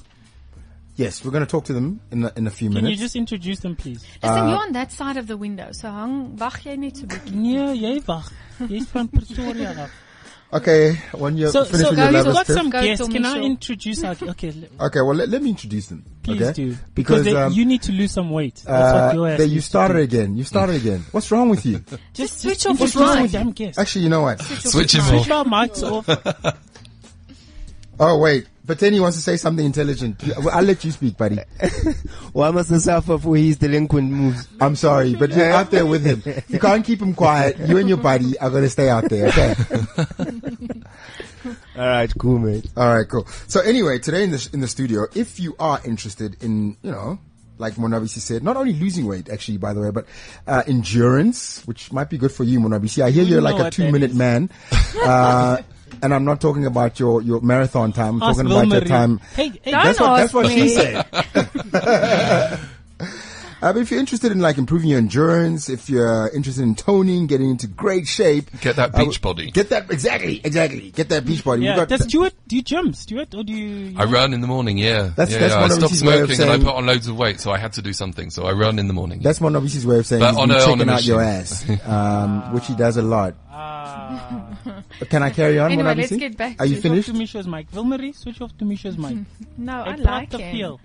Speaker 4: yes, we're going to talk to them in a, in a few
Speaker 5: Can you
Speaker 4: minutes.
Speaker 5: just introduce them, please?
Speaker 6: Um, Listen,
Speaker 4: Uh,
Speaker 6: you're on that side of the window, so hang, wacht jy net so bietjie.
Speaker 5: Nee, jy wag. Jy's van Pretoria af.
Speaker 4: *laughs* okay, when you
Speaker 5: So,
Speaker 4: finish
Speaker 5: so guys,
Speaker 4: with your
Speaker 5: we've
Speaker 4: levels,
Speaker 5: got some
Speaker 6: Go to
Speaker 5: guests. Can I
Speaker 6: Michelle.
Speaker 5: introduce our?
Speaker 6: *laughs*
Speaker 5: Okay, le-
Speaker 4: Okay, well, let, let me introduce them.
Speaker 5: please
Speaker 4: okay?
Speaker 5: do.
Speaker 4: Because,
Speaker 5: they-
Speaker 4: um,
Speaker 5: you need to lose some weight. That's
Speaker 4: uh,
Speaker 5: what your ass
Speaker 4: there you
Speaker 5: needs to
Speaker 4: started
Speaker 5: do.
Speaker 4: again. You started again. What's wrong with
Speaker 5: *laughs*
Speaker 4: you?
Speaker 5: Just,
Speaker 6: Switch
Speaker 5: just
Speaker 6: off
Speaker 5: introduce
Speaker 6: your mic.
Speaker 5: your damn guest.
Speaker 4: Actually, you know what?
Speaker 8: Switch him
Speaker 5: Switch our
Speaker 8: off.
Speaker 5: mics off.
Speaker 4: Oh, wait. But then he wants to say something intelligent. Well, I'll let you speak, buddy.
Speaker 7: Why must I suffer for his delinquent moves?
Speaker 4: I'm sorry, but you're out there with him. You can't keep him quiet. You and your buddy are going to stay out there, okay?
Speaker 7: All right, cool, mate.
Speaker 4: All right, cool. So anyway, today in the in the studio, if you are interested in, you know, like Monabisi said, not only losing weight, actually, by the way, but uh, endurance, which might be good for you, Monabisi. I hear you're
Speaker 5: know
Speaker 4: like a
Speaker 5: what that
Speaker 4: two minute
Speaker 5: is. *laughs*
Speaker 4: man, uh, and I'm not talking about your your marathon time. I'm
Speaker 5: Ask
Speaker 4: talking
Speaker 5: Wil
Speaker 4: about your
Speaker 5: Marie.
Speaker 4: time.
Speaker 5: Hey, hey,
Speaker 4: That's what, that's
Speaker 6: ask
Speaker 4: what she
Speaker 6: me.
Speaker 4: said. *laughs* Uh, but if you're interested in like improving your endurance, if you're interested in toning, getting into great shape,
Speaker 8: Get that
Speaker 4: I would-
Speaker 8: beach body.
Speaker 4: Get that exactly, exactly. Get that beach body. We
Speaker 5: yeah,
Speaker 4: got
Speaker 5: does
Speaker 4: th-
Speaker 5: Stuart do you gym, Stuart, or do you?
Speaker 8: I run in the morning. Yeah,
Speaker 4: That's-
Speaker 8: yeah,
Speaker 4: that's
Speaker 8: yeah. I
Speaker 4: one of
Speaker 8: stopped
Speaker 4: his way of
Speaker 8: smoking and
Speaker 4: saying-
Speaker 8: I put on loads of weight, so I had to do something. So I run in the morning.
Speaker 4: That's Monobisi's way of saying
Speaker 8: But
Speaker 4: he's
Speaker 8: on
Speaker 4: been
Speaker 8: a- on
Speaker 4: checking
Speaker 8: a
Speaker 4: out your ass,
Speaker 8: machine.
Speaker 4: um, which he does a lot.
Speaker 5: Ah,
Speaker 4: Can I carry on?
Speaker 6: Anyway,
Speaker 4: Monobisi?
Speaker 6: let's get back
Speaker 4: Are you
Speaker 6: to-
Speaker 5: switch off
Speaker 4: finished?
Speaker 5: to Misha's mic. Vilmarie, switch off to Misha's mic.
Speaker 6: No, Hmm. I
Speaker 5: Hey, pluck
Speaker 6: like
Speaker 5: the
Speaker 6: him.
Speaker 5: field.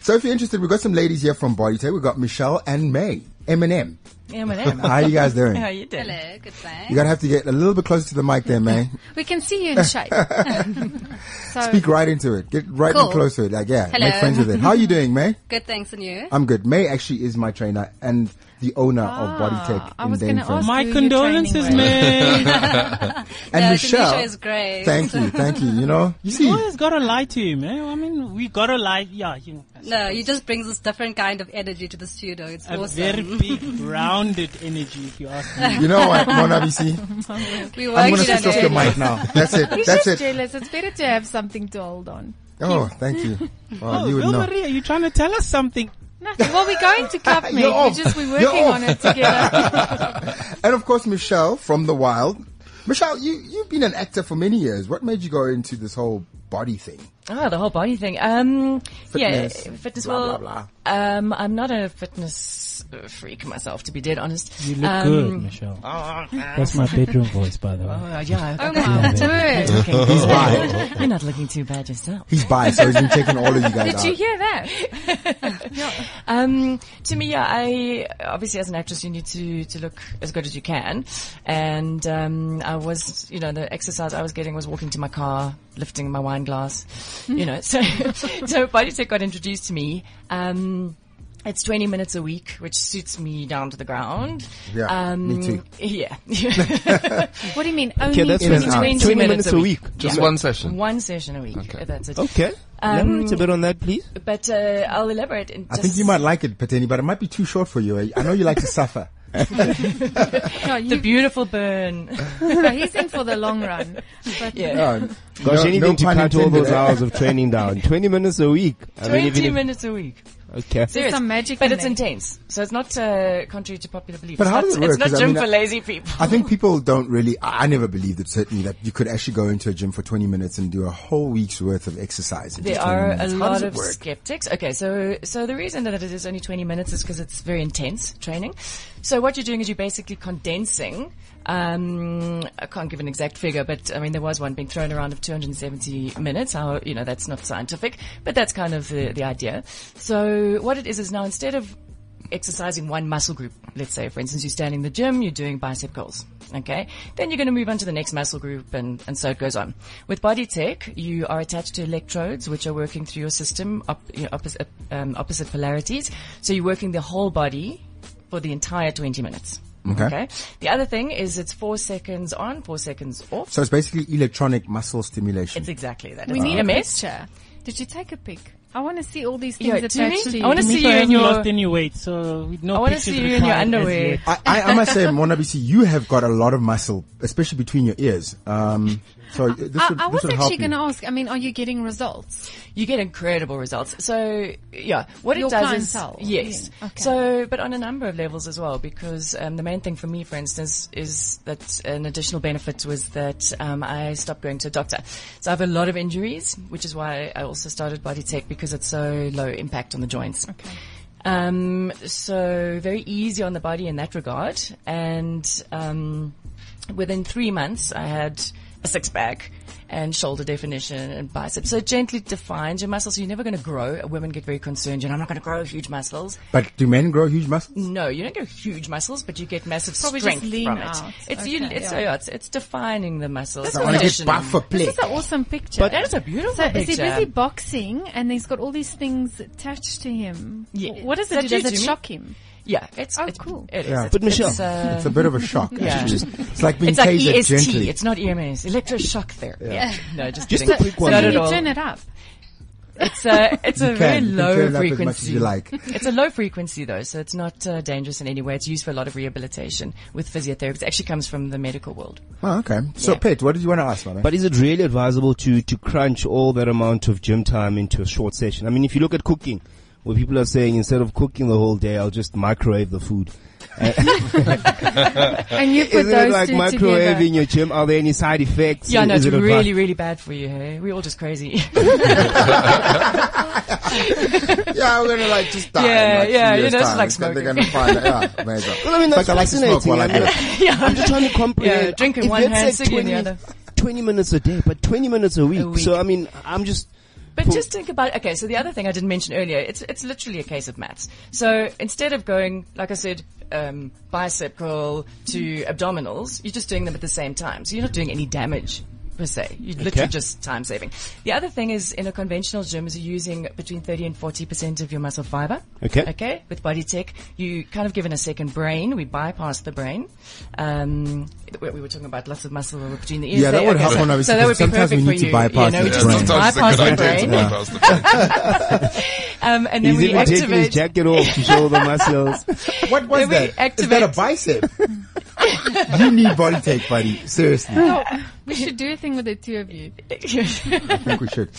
Speaker 4: so if you're interested, we've got some ladies here from Body Tech. We've got Michelle and May. Eminem.
Speaker 6: M&M.
Speaker 4: How you guys doing?
Speaker 1: How you doing?
Speaker 9: Hello, good day.
Speaker 4: You're gonna have to get a little bit closer to the mic there,
Speaker 6: *laughs*
Speaker 4: May.
Speaker 6: We can see you in
Speaker 4: *laughs*
Speaker 6: shape. *laughs* so,
Speaker 4: Speak right into it. Get right
Speaker 9: Cool.
Speaker 4: in close to it. Like yeah,
Speaker 9: Hello.
Speaker 4: make friends with it. How you doing,
Speaker 6: *laughs*
Speaker 4: May?
Speaker 9: Good, thanks, and you?
Speaker 4: I'm good. May actually is my trainer and the owner of Body Tech
Speaker 6: Ah, I
Speaker 4: in
Speaker 6: was going to
Speaker 4: Denver.
Speaker 6: ask
Speaker 5: My
Speaker 6: you, you're
Speaker 5: condolences,
Speaker 6: training
Speaker 4: *laughs*
Speaker 6: with-
Speaker 5: man.
Speaker 4: and
Speaker 9: No,
Speaker 4: Michelle,
Speaker 9: Tanisha is great.
Speaker 4: thank you, thank you. You
Speaker 6: *laughs*
Speaker 4: know, you see,
Speaker 5: Always gotta lie to him, eh? I mean, we gotta lie. Yeah, you
Speaker 9: No, you just brings this different kind of energy to the studio. It's
Speaker 5: a
Speaker 9: awesome. *laughs*
Speaker 5: very
Speaker 1: *laughs*
Speaker 5: big, rounded energy, if you ask me.
Speaker 4: you know what, Mona
Speaker 6: *laughs*
Speaker 4: BC?
Speaker 9: we
Speaker 4: I'm
Speaker 9: worked
Speaker 4: gonna
Speaker 9: it
Speaker 4: switch off
Speaker 9: out.
Speaker 4: your mic now. That's it.
Speaker 6: He's
Speaker 4: That's
Speaker 6: just
Speaker 4: it.
Speaker 6: jealous. It's better to have something to hold on.
Speaker 4: Oh, thank you. Oh,
Speaker 5: *laughs* Oh,
Speaker 4: you would
Speaker 5: Bill
Speaker 4: know.
Speaker 5: Maria, you trying to tell us something?
Speaker 6: Nothing. Well, we're going
Speaker 4: *laughs*
Speaker 6: to Cup Mate.
Speaker 4: Ah, You're
Speaker 6: We're
Speaker 4: off.
Speaker 6: just we're
Speaker 4: You're
Speaker 6: working
Speaker 4: off.
Speaker 6: on
Speaker 4: *laughs*
Speaker 6: it together.
Speaker 4: And of course, Michelle from the Wild. Michelle, you you've been an actor for many years. What made you go into this whole body thing?
Speaker 1: Oh, the whole body thing. Um,
Speaker 4: Fitness,
Speaker 1: yeah, fitness.
Speaker 4: blah,
Speaker 1: well,
Speaker 4: blah,
Speaker 1: Um, I'm not a fitness uh, freak myself, to be dead honest.
Speaker 5: You look
Speaker 1: um,
Speaker 5: good, Michelle. That's my bedroom voice, by the way.
Speaker 1: Uh, yeah.
Speaker 6: oh my word!
Speaker 1: okay.
Speaker 4: bi.
Speaker 1: You're not looking too bad yourself.
Speaker 4: He's bi, so he's been checking all of you guys
Speaker 6: Did
Speaker 4: out.
Speaker 6: you hear that?
Speaker 1: Um, to me, yeah, I obviously as an actress, you need to to look as good as you can, and um, I was, you know, the exercise I was getting was walking to my car, lifting my wine glass, you know. *laughs* So, so body tech got introduced to me. Um, it's 20 minutes a week, which suits me down to the ground. Um,
Speaker 4: Yeah, me too.
Speaker 1: Yeah.
Speaker 4: *laughs*
Speaker 1: *laughs*
Speaker 6: What do you mean? Only
Speaker 7: Okay, that's
Speaker 4: In and
Speaker 7: twenty
Speaker 4: out.
Speaker 7: 20 minutes a week.
Speaker 8: Just
Speaker 1: Yeah.
Speaker 8: one session.
Speaker 1: One session a week. That's it.
Speaker 7: Okay. Elaborate a bit on that, please.
Speaker 1: But uh, I'll elaborate. In
Speaker 4: I
Speaker 1: just
Speaker 4: think you might like it, Pateni, but it might be too short for you. I know you like to suffer.
Speaker 6: No,
Speaker 1: The
Speaker 6: you,
Speaker 1: beautiful burn.
Speaker 6: no, he's in for the long run. But
Speaker 1: Yeah.
Speaker 4: Uh,
Speaker 7: Gosh, anything to
Speaker 4: pun
Speaker 7: cut all
Speaker 4: intended,
Speaker 7: those
Speaker 4: eh?
Speaker 7: hours of training down. 20 minutes a week. I mean,
Speaker 1: 20
Speaker 7: even if-
Speaker 1: minutes a week.
Speaker 7: Okay.
Speaker 1: Serious.
Speaker 6: some magic in
Speaker 1: But it's
Speaker 6: there.
Speaker 1: intense. So it's not uh, contrary to popular belief.
Speaker 4: But
Speaker 1: it's
Speaker 4: how
Speaker 1: not,
Speaker 4: does it work?
Speaker 1: It's not
Speaker 4: 'Cause I
Speaker 1: gym
Speaker 4: mean,
Speaker 1: for
Speaker 4: I-
Speaker 1: lazy people.
Speaker 4: I think people don't really. I I never believed it certainly that you could actually go into a gym for 20 minutes and do a whole week's worth of exercise. in
Speaker 1: There
Speaker 4: just 20
Speaker 1: are a
Speaker 4: minutes. How does
Speaker 1: lot
Speaker 4: it
Speaker 1: of
Speaker 4: work?
Speaker 1: skeptics. Okay, so so the reason that it is only 20 minutes is because it's very intense training. So what you're doing is you're basically condensing. Um, I can't give an exact figure, but I mean there was one being thrown around of 270 minutes. How you know that's not scientific, but that's kind of the, the idea. So what it is is now instead of exercising one muscle group. Let's say, for instance, you stand in the gym, you're doing bicep curls. Okay. Then you're going to move on to the next muscle group and, and so it goes on. With body tech, you are attached to electrodes, which are working through your system, op, you know, opposite, um, opposite polarities. So you're working the whole body for the entire 20 minutes.
Speaker 4: Okay.
Speaker 1: The other thing is it's four seconds on, four seconds off.
Speaker 4: So it's basically electronic muscle stimulation.
Speaker 1: it's exactly that.
Speaker 6: we
Speaker 1: It's
Speaker 6: need
Speaker 1: not
Speaker 6: a
Speaker 1: mess.
Speaker 6: picture. Did you take a pic? I want to see all these things
Speaker 1: Yeah, do you
Speaker 6: attached to
Speaker 1: mean-
Speaker 6: you.
Speaker 1: I wanna
Speaker 5: Mika
Speaker 1: see you in
Speaker 5: hasn't
Speaker 1: your-
Speaker 5: lost any weight, so with no
Speaker 1: I wanna
Speaker 5: pictures
Speaker 1: see you in your
Speaker 5: required as
Speaker 1: underwear.
Speaker 5: yet.
Speaker 4: I, I, I must say, Mona BC, you have got a lot of muscle, especially between your ears. Um, so this would,
Speaker 6: I, I
Speaker 4: this
Speaker 6: was
Speaker 4: would help
Speaker 6: actually
Speaker 4: you.
Speaker 6: going to ask. I mean, are you getting results?
Speaker 1: you get incredible results. So yeah, what
Speaker 6: Your
Speaker 1: it does
Speaker 6: clientele,
Speaker 1: is yes.
Speaker 6: you mean? Okay.
Speaker 1: So, but on a number of levels as well, because um, the main thing for me, for instance, is that an additional benefit was that um, I stopped going to a doctor. So I have a lot of injuries, which is why I also started Body Tech because it's so low impact on the joints. Okay. Um, so very easy on the body in that regard, and um, within three months, I had a six pack and shoulder definition and biceps. So it gently defines your muscles. So you're never going to grow. Women get very concerned. You know, I'm not going to grow huge muscles.
Speaker 4: But do men grow huge muscles?
Speaker 1: No, you don't get huge muscles, but you get massive
Speaker 6: Probably just
Speaker 1: strength
Speaker 6: lean
Speaker 1: from it.
Speaker 6: out.
Speaker 1: It's you,
Speaker 6: Okay,
Speaker 1: it's,
Speaker 6: yeah.
Speaker 1: yeah, it's it's defining the muscles.
Speaker 4: I want to get buff for play.
Speaker 6: It's an awesome picture.
Speaker 1: But that is a beautiful
Speaker 6: so
Speaker 1: picture.
Speaker 6: is he busy boxing and he's got all these things attached to him?
Speaker 1: Yeah.
Speaker 6: What does it
Speaker 1: That
Speaker 6: do?
Speaker 1: you
Speaker 6: Does it
Speaker 1: do me?
Speaker 6: shock him?
Speaker 1: Yeah, it's
Speaker 6: Oh,
Speaker 1: it's
Speaker 6: cool.
Speaker 1: It is.
Speaker 4: Yeah.
Speaker 1: It's-
Speaker 7: But Michelle-
Speaker 1: it's, uh,
Speaker 4: It's a bit of a shock. Actually. It's like being
Speaker 1: it's like
Speaker 4: tased
Speaker 1: EST.
Speaker 4: gently.
Speaker 1: It's not EMS. Electroshock therapy. *laughs* No, just
Speaker 7: Just
Speaker 1: kidding.
Speaker 7: a quick one.
Speaker 6: so
Speaker 1: Not at
Speaker 6: can you
Speaker 1: all.
Speaker 6: turn it up?
Speaker 1: It's a it's a
Speaker 4: You
Speaker 1: very
Speaker 4: can. You can
Speaker 1: low
Speaker 4: turn it up as much as
Speaker 1: frequency.
Speaker 4: you like.
Speaker 1: It's a low frequency though, so it's not uh, dangerous in any way. It's used for a lot of rehabilitation with physiotherapists. It actually comes from the medical world.
Speaker 4: Oh, okay. So,
Speaker 1: Yeah.
Speaker 4: Pet, what did you want to ask, my man?
Speaker 7: But is it really advisable to, to crunch all that amount of gym time into a short session? I mean, if you look at cooking, where people are saying instead of cooking the whole day, I'll just microwave the food.
Speaker 1: Uh,
Speaker 6: And you put
Speaker 7: Isn't
Speaker 6: those
Speaker 7: it like
Speaker 6: two
Speaker 7: microwaving
Speaker 6: together.
Speaker 7: your gym? Are there any side effects?
Speaker 1: Yeah, no,
Speaker 7: Is
Speaker 1: it's
Speaker 7: it advi-
Speaker 1: really, really bad for you. Hey, we're all just crazy. *laughs*
Speaker 4: yeah, we're gonna like just die.
Speaker 1: Yeah,
Speaker 4: in, like,
Speaker 1: yeah,
Speaker 4: three
Speaker 1: you
Speaker 4: years'
Speaker 1: know, it's
Speaker 4: time.
Speaker 1: like
Speaker 4: gonna- They're gonna find it. Yeah,
Speaker 1: *laughs*
Speaker 4: amazing.
Speaker 7: Well, I mean, that's
Speaker 4: But I like to
Speaker 7: fascinating.
Speaker 4: smoke while I
Speaker 7: I
Speaker 4: do
Speaker 7: yeah. I'm just trying to comprehend.
Speaker 1: Yeah, drink in
Speaker 7: If
Speaker 1: one
Speaker 7: let's
Speaker 1: hand,
Speaker 7: say
Speaker 1: cig in the other.
Speaker 7: 20 minutes a day, but 20 minutes a week.
Speaker 1: A week.
Speaker 7: So, I mean, I'm just
Speaker 1: But just think about okay. So the other thing I didn't mention earlier, it's it's literally a case of maths. So instead of going, like I said, um, bicep curl to abdominals, you're just doing them at the same time. So you're not doing any damage per se. You're literally just time saving. The other thing is in a conventional gym is you're using between 30 and 40 percent of your muscle fiber.
Speaker 7: Okay.
Speaker 1: Okay. With body tech, you kind of given a second brain. We bypass the brain. Um, we we were talking about lots of muscle between the ears.
Speaker 4: Yeah, that
Speaker 1: there.
Speaker 4: would
Speaker 1: Okay,
Speaker 4: help
Speaker 1: so-
Speaker 4: when I was-
Speaker 1: So that would be
Speaker 4: sometimes we
Speaker 1: perfect for
Speaker 4: need to
Speaker 1: you.
Speaker 4: bypass
Speaker 1: you know,
Speaker 4: the
Speaker 1: just
Speaker 4: brain.
Speaker 8: Sometimes
Speaker 1: bypass
Speaker 8: it's a good
Speaker 1: the
Speaker 8: idea to
Speaker 1: brain.
Speaker 8: bypass the brain.
Speaker 1: Um, and then
Speaker 7: He's
Speaker 1: we
Speaker 7: even taking his
Speaker 1: activate.
Speaker 7: jacket off to show the muscles.
Speaker 9: *laughs*
Speaker 4: What was
Speaker 1: Then we
Speaker 4: that? Is that a
Speaker 1: activate-
Speaker 4: bicep?
Speaker 1: *laughs*
Speaker 4: you need body take, buddy. Seriously, I
Speaker 6: *laughs* we should do a thing with the two of you.
Speaker 1: *laughs*
Speaker 4: think we should.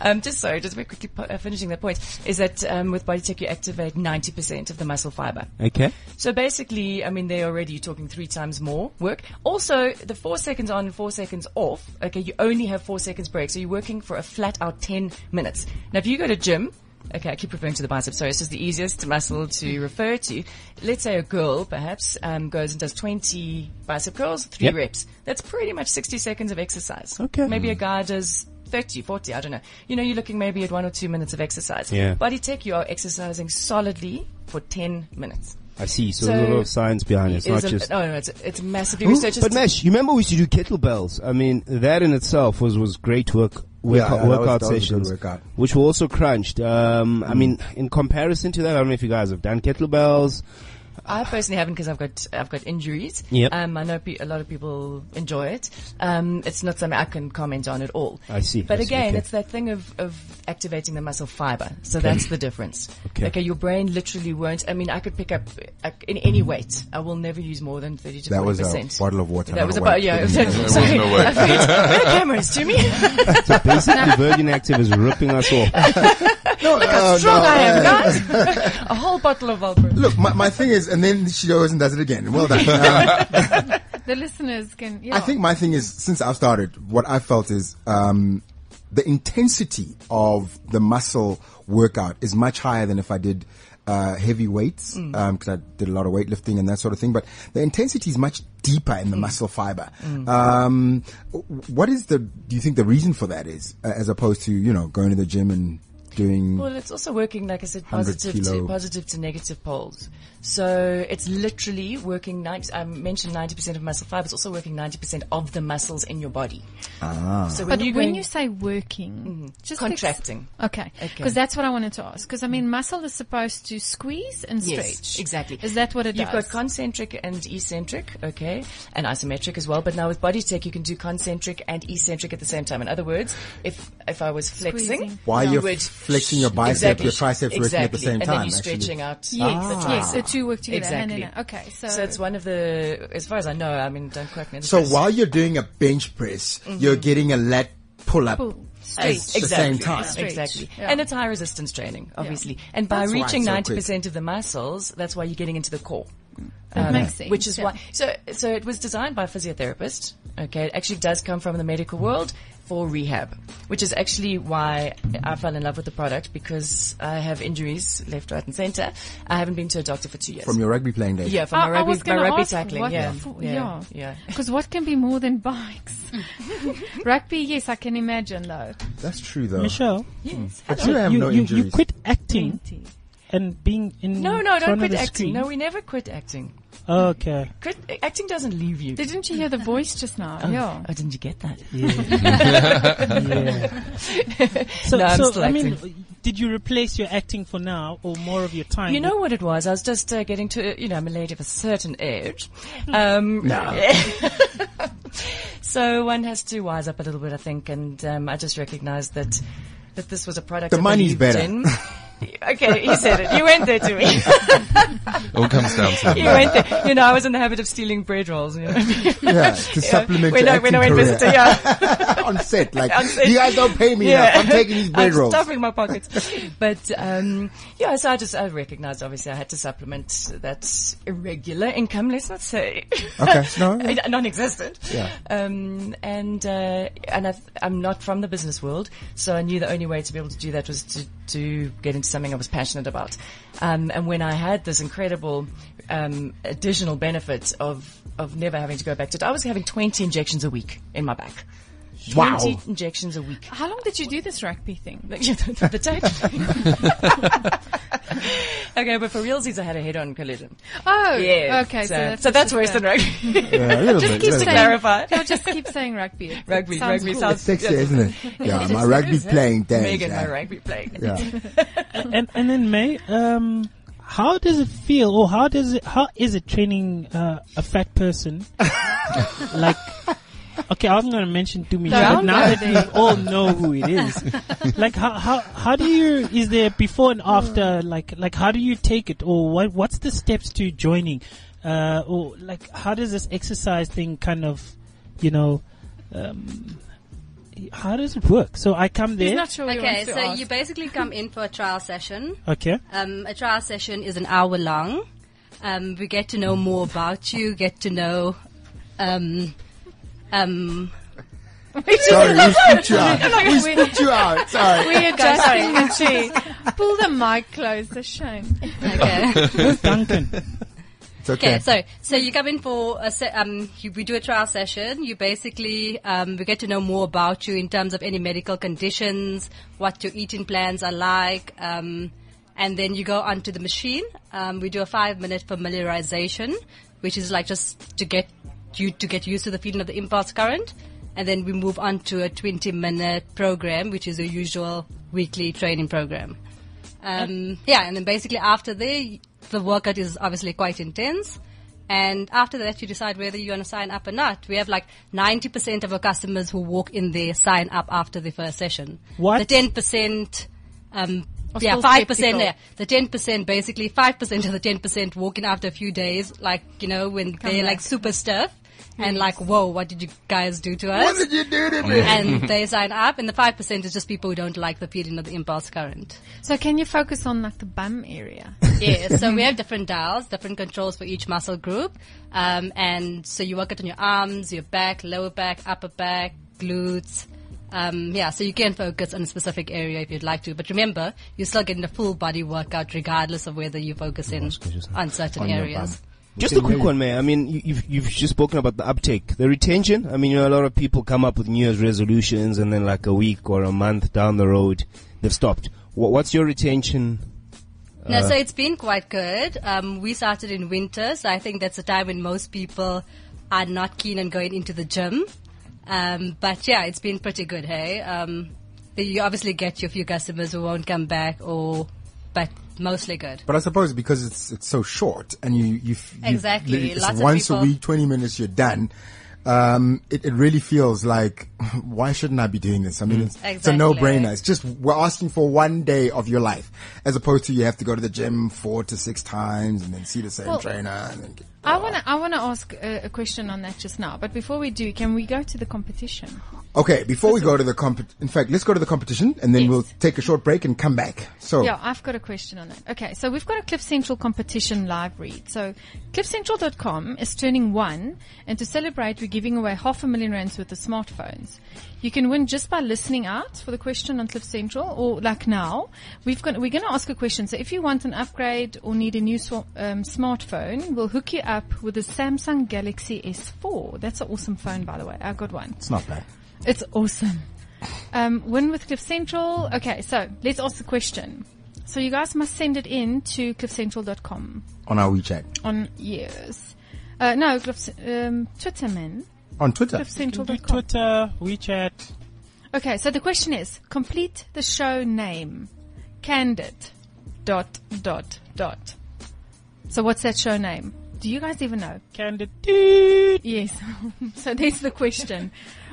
Speaker 1: um, just sorry, just very quickly po- uh, finishing that point is that um, with body tech you activate ninety percent of the muscle fiber.
Speaker 7: Okay.
Speaker 1: So basically, I mean, they're already talking three times more work. Also, the four seconds on, four seconds off. Okay, you only have four seconds break, so you're working for a flat out ten minutes. Now, if you go to gym. Okay, I keep referring to the bicep. Sorry, it's just the easiest muscle to refer to. Let's say a girl, perhaps, um, goes and does 20 bicep curls, three
Speaker 7: Yep.
Speaker 1: reps. That's pretty much 60 seconds of exercise.
Speaker 7: Okay.
Speaker 1: Maybe a guy does 30, 40, I don't know. You know, you're looking maybe at one or two minutes of exercise.
Speaker 7: Yeah.
Speaker 1: Body tech, you are exercising solidly for 10 minutes.
Speaker 7: I see. So,
Speaker 1: So-
Speaker 7: there's a lot of science behind it. It's
Speaker 1: It
Speaker 7: not
Speaker 1: is a-
Speaker 7: just.
Speaker 1: no, no, it's, it's massively
Speaker 7: Ooh,
Speaker 1: researched.
Speaker 7: but Mesh, you remember we used to do kettlebells. I mean, that in itself was, was great work, workout,
Speaker 4: yeah, that was-
Speaker 7: workout
Speaker 4: that was a good
Speaker 7: sessions,
Speaker 4: workout. Mm.
Speaker 7: which were also crunched. Um, I mean, in comparison to that, I don't know if you guys have done kettlebells.
Speaker 9: *laughs*
Speaker 1: I personally haven't because I've got I've got injuries.
Speaker 7: Yep.
Speaker 1: Um, I know pe- a lot of people enjoy it. Um, it's not something I can comment on at all.
Speaker 7: I see.
Speaker 1: But
Speaker 7: I see.
Speaker 1: again,
Speaker 7: Okay.
Speaker 1: it's that thing of, of activating the muscle fiber. So that's the difference.
Speaker 7: Okay.
Speaker 1: your brain literally won't. I mean, I could pick up uh, in any weight. I will never use more than thirty to
Speaker 4: That
Speaker 1: forty
Speaker 4: was
Speaker 1: percent.
Speaker 4: a bottle of water.
Speaker 1: That was
Speaker 4: a
Speaker 1: about
Speaker 4: *laughs*
Speaker 1: yeah. *laughs* Sorry,
Speaker 6: *laughs*
Speaker 8: wasn't a weight.
Speaker 1: I forget- where are the cameras, Jimmy?
Speaker 7: So basically, Virgin Active is ripping us off.
Speaker 1: Look how strong I am, guys.
Speaker 6: *laughs*
Speaker 1: a whole bottle of Valparaiso.
Speaker 4: Look, my, my thing is, and then she goes and does it again. Well done. Um,
Speaker 6: The listeners can. Yeah.
Speaker 4: I think my thing is, since I've started, what I felt is um, the intensity of the muscle workout is much higher than if I did uh, heavy weights,
Speaker 1: Mm.
Speaker 4: because I did a lot of weightlifting and that sort of thing. But the intensity is much deeper in the
Speaker 1: Mm.
Speaker 4: muscle fiber. Um, w- what is the? Do you think the reason for that is, uh, as opposed to you know going to the gym and doing?
Speaker 1: Well, it's also working, like I said,
Speaker 4: 100
Speaker 1: positive to
Speaker 4: kilo.
Speaker 1: positive to negative poles. So it's literally working. 90, I mentioned ninety percent of muscle fiber. It's also working ninety percent of the muscles in your body. Ah. So when
Speaker 6: But
Speaker 1: you go
Speaker 6: when
Speaker 1: in-
Speaker 6: you say working, just ex-
Speaker 1: Mm-hmm. Contracting.
Speaker 6: okay, because
Speaker 1: Okay. Mm-hmm.
Speaker 6: that's what I wanted to ask. Because I mean, muscle is supposed to squeeze and stretch.
Speaker 1: Yes, exactly.
Speaker 6: Is that what it
Speaker 1: You've
Speaker 6: does?
Speaker 1: got concentric and eccentric, okay, and isometric as well. But now with body tech, you can do concentric and eccentric at the same time. In other words, if if I was flexing,
Speaker 6: Squeezing.
Speaker 4: While
Speaker 1: you
Speaker 4: you're
Speaker 1: would-
Speaker 4: flexing your bicep, your triceps working at the
Speaker 1: exactly.
Speaker 4: same
Speaker 1: and
Speaker 4: time,
Speaker 1: then you're
Speaker 4: actually. Ah.
Speaker 1: stretching
Speaker 6: yes,
Speaker 1: out. the
Speaker 6: yes, the
Speaker 1: tricep.
Speaker 6: two work together. hand in
Speaker 1: Exactly.
Speaker 6: hand. Ah. Okay, so,
Speaker 1: So it's one of the, as far as I know, I mean, don't quote me. on
Speaker 4: so
Speaker 1: this.
Speaker 4: while you're doing a bench press,
Speaker 1: Mm-hmm.
Speaker 4: you're getting a lat pull up.
Speaker 6: Pull.
Speaker 1: As-
Speaker 6: Straight.
Speaker 4: the same time.
Speaker 1: Exactly. Exactly.
Speaker 6: Yeah.
Speaker 1: And it's high resistance training, obviously. And by
Speaker 4: That's why
Speaker 1: reaching
Speaker 4: it's so
Speaker 1: 90% of the muscles, that's why you're getting into the core.
Speaker 6: That makes sense.
Speaker 1: Which is
Speaker 6: yeah.
Speaker 1: why, so, so it was designed by a physiotherapist. Okay. It actually does come from the medical world for rehab, which is actually why I fell in love with the product because I have injuries left, right and center. I haven't been to a doctor for two years.
Speaker 4: From your rugby playing days.
Speaker 1: yeah, from
Speaker 6: I,
Speaker 1: my
Speaker 6: I
Speaker 1: rugby,
Speaker 6: was
Speaker 1: my
Speaker 6: going to
Speaker 1: rugby
Speaker 6: ask
Speaker 1: tackling.
Speaker 6: what
Speaker 1: yeah.
Speaker 6: for-
Speaker 1: yeah.
Speaker 6: yeah.
Speaker 1: Yeah.
Speaker 6: Because what can be more than bikes? *laughs* Rugby, yes, I can imagine though.
Speaker 4: That's true though.
Speaker 5: Michelle,
Speaker 4: But you have
Speaker 5: you,
Speaker 4: no
Speaker 5: you,
Speaker 4: injuries.
Speaker 5: you quit acting and being in
Speaker 1: No, no, don't
Speaker 5: front of
Speaker 1: quit
Speaker 5: the
Speaker 1: acting.
Speaker 5: screen.
Speaker 1: No, we never quit acting.
Speaker 5: okay.
Speaker 1: Quit, acting doesn't leave you.
Speaker 6: Didn't you hear the voice just now? Yeah.
Speaker 1: Oh, didn't you get that? *laughs*
Speaker 5: So,
Speaker 1: No, I'm
Speaker 5: so
Speaker 1: still
Speaker 5: I mean, did you replace your acting for now or more of your time?
Speaker 1: You know what it was? I was just uh, getting to, you know, I'm a lady of a certain age.
Speaker 4: Hmm.
Speaker 1: Um, *laughs* so one has to wise up a little bit, I think, and um, I just recognized that that this was a product.
Speaker 4: The
Speaker 1: I
Speaker 4: money's
Speaker 1: believed
Speaker 4: better.
Speaker 1: in. *laughs* okay, you said it. You went there to me. *laughs*
Speaker 8: It all comes down to
Speaker 1: you
Speaker 8: that.
Speaker 1: went there. You know, I was in the habit of stealing bread rolls. You know?
Speaker 4: Yeah, to supplement
Speaker 1: *laughs* when
Speaker 4: your
Speaker 1: I, when I
Speaker 4: acting
Speaker 1: went
Speaker 4: career.
Speaker 1: visitor, yeah.
Speaker 4: *laughs* on set. Like
Speaker 1: On set.
Speaker 4: you guys don't pay me
Speaker 1: *laughs*
Speaker 4: enough. I'm taking these bread
Speaker 1: I'm
Speaker 4: rolls.
Speaker 1: stuffing my pockets. But um, yeah, so I just I recognised obviously I had to supplement that irregular income. Let's not say
Speaker 4: Okay,
Speaker 1: *laughs*
Speaker 4: no, yeah.
Speaker 1: Uh, non-existent.
Speaker 4: Yeah.
Speaker 1: Um, and uh, and I've, I'm not from the business world, so I knew the only way to be able to do that was to to get into something I was passionate about. Um, and when I had this incredible um, additional benefit of of never having to go back to it, I was having 20 injections a week in my back.
Speaker 4: Wow.
Speaker 1: 20 injections a week.
Speaker 6: How long did you do this rugby thing?
Speaker 1: *laughs* the tape. *laughs* okay, but for realsies, I had a head-on collision.
Speaker 6: Oh,
Speaker 1: Yeah.
Speaker 6: Okay, so,
Speaker 1: so,
Speaker 6: that's,
Speaker 1: so that's
Speaker 6: just
Speaker 1: worse
Speaker 6: a-
Speaker 1: than rugby. *laughs*
Speaker 4: Yeah, a little
Speaker 6: Just
Speaker 4: bit,
Speaker 6: keep
Speaker 4: a little
Speaker 6: saying,
Speaker 4: bit.
Speaker 1: clarify.
Speaker 6: No, *laughs* just keep saying
Speaker 1: *laughs*
Speaker 6: rugby. It
Speaker 1: Rugby,
Speaker 6: sounds
Speaker 1: rugby
Speaker 6: cool.
Speaker 1: sounds-
Speaker 4: It's sexy, isn't it? Yeah, my rugby playing days.
Speaker 1: Megan,
Speaker 4: yeah.
Speaker 1: my rugby playing.
Speaker 4: Yeah.
Speaker 5: and and then May, um, how does it feel, or how does it, how is it training uh, a fat person? *laughs* like, okay, I wasn't going to mention Dumi, but
Speaker 6: Round
Speaker 5: now that
Speaker 6: body.
Speaker 5: we all know who it is, *laughs* like, how how how do you? Is there before and after? Like like how do you take it, or what what's the steps to joining, uh, or like how does this exercise thing kind of, you know. Um, how does it work? So I come
Speaker 6: He's
Speaker 5: there.
Speaker 6: not sure. he
Speaker 9: Okay,
Speaker 6: wants to
Speaker 9: so
Speaker 6: ask. *laughs*
Speaker 9: you basically come in for a trial session.
Speaker 5: okay.
Speaker 7: Uh,
Speaker 9: Um, a trial session is an hour long. Um, we get to know more about you, get to know. Um, um,
Speaker 4: Sorry, we spooked you
Speaker 6: *laughs*
Speaker 4: out.
Speaker 6: Like, we-
Speaker 4: Spooked you out. Sorry.
Speaker 6: we're adjusting the
Speaker 1: *laughs*
Speaker 6: chair. Pull the mic close. A shame.
Speaker 9: okay.
Speaker 5: Where's Duncan?
Speaker 4: It's okay.
Speaker 9: Okay, so so you come in for a se- um, you, we do a trial session. You basically um, we get to know more about you in terms of any medical conditions, what your eating plans are like, um, and then you go onto the machine. Um, we do a five minute familiarization, which is like just to get you to get used to the feeling of the impulse current, and then we move on to a twenty minute program, which is your usual weekly training program. Um, yeah, and then basically after there, the workout is obviously quite intense. And after that, you decide whether you want to sign up or not. We have like 90% of our customers who walk in there sign up after the first session.
Speaker 5: What?
Speaker 9: The 10%, um, yeah, 5%,
Speaker 6: still skeptical.
Speaker 9: yeah. The 10% basically, 5% of the 10% walk in after a few days, like, you know, when they're like super stuff and like, whoa, what did you guys do to us?
Speaker 4: What did you do to me? *laughs*
Speaker 9: and they sign up and the 5% is just people who don't like the feeling of the impulse current.
Speaker 6: So can you focus on like the bum area?
Speaker 9: Yeah, so we have different dials, different controls for each muscle group. Um, and so you work it on your arms, your back, lower back, upper back, glutes. Um, yeah, so you can focus on a specific area if you'd like to. But remember, you're still getting a full body workout regardless of whether you focus in on certain
Speaker 4: On your
Speaker 9: areas.
Speaker 4: bum.
Speaker 7: Just a quick one, man. I mean, you- you've, you've just spoken about the uptake, the retention. I mean, you know, a lot of people come up with New Year's resolutions and then like a week or a month down the road, they've stopped. Wha what's your retention?
Speaker 9: No, so it's been quite good. Um, we started in winter, so I think that's a time when most people are not keen on going into the gym. Um, but yeah, it's been pretty good, hey? Um, but you obviously get your few customers who won't come back or, but mostly good.
Speaker 4: But I suppose because it's it's so short and you you, f- you
Speaker 9: Exactly.
Speaker 4: li- it's
Speaker 9: Lots of
Speaker 4: once a
Speaker 9: people-
Speaker 4: week, twenty minutes, you're done. Um, it, it really feels like *laughs* why shouldn't I be doing this? I mean, it's, it's a
Speaker 9: Exactly.
Speaker 4: no-brainer. It's just we're asking for one day of your life, as opposed to you have to go to the gym four to six times and then see the same
Speaker 6: Well,
Speaker 4: trainer. And then get,
Speaker 6: I want to. I want to ask a, a question on that just now. But before we do, can we go to the competition?
Speaker 4: okay, before we go to the comp, in fact, let's go to the competition and then we'll take a short break and come back. So
Speaker 6: Yeah, I've got a question on that. Okay, so we've got a Cliff Central competition live read. So cliffcentral.com is turning one, and to celebrate, we're giving away half a million rands worth of smartphones. You can win just by listening out for the question on Cliff Central, or like now, we've got, we're going to ask a question. So if you want an upgrade or need a new swa- um, smartphone, we'll hook you up with a Samsung Galaxy S4. That's an awesome phone, by the way. I got one.
Speaker 4: it's not bad.
Speaker 6: It's awesome. Um, win with Cliff Central. Okay, so let's ask the question. So you guys must send it in to cliffcentral.com
Speaker 4: on our WeChat
Speaker 6: on years. Uh, no, Cliff, um, Twitter, man.
Speaker 4: on Twitter.
Speaker 5: Do
Speaker 6: Cliffcentral.com.
Speaker 5: Twitter, WeChat.
Speaker 6: Okay, so the question is, complete the show name. Candid. Dot, dot, dot. So what's that show name? Do you guys even know?
Speaker 5: Candidate
Speaker 6: Yes. *laughs* so there's the question.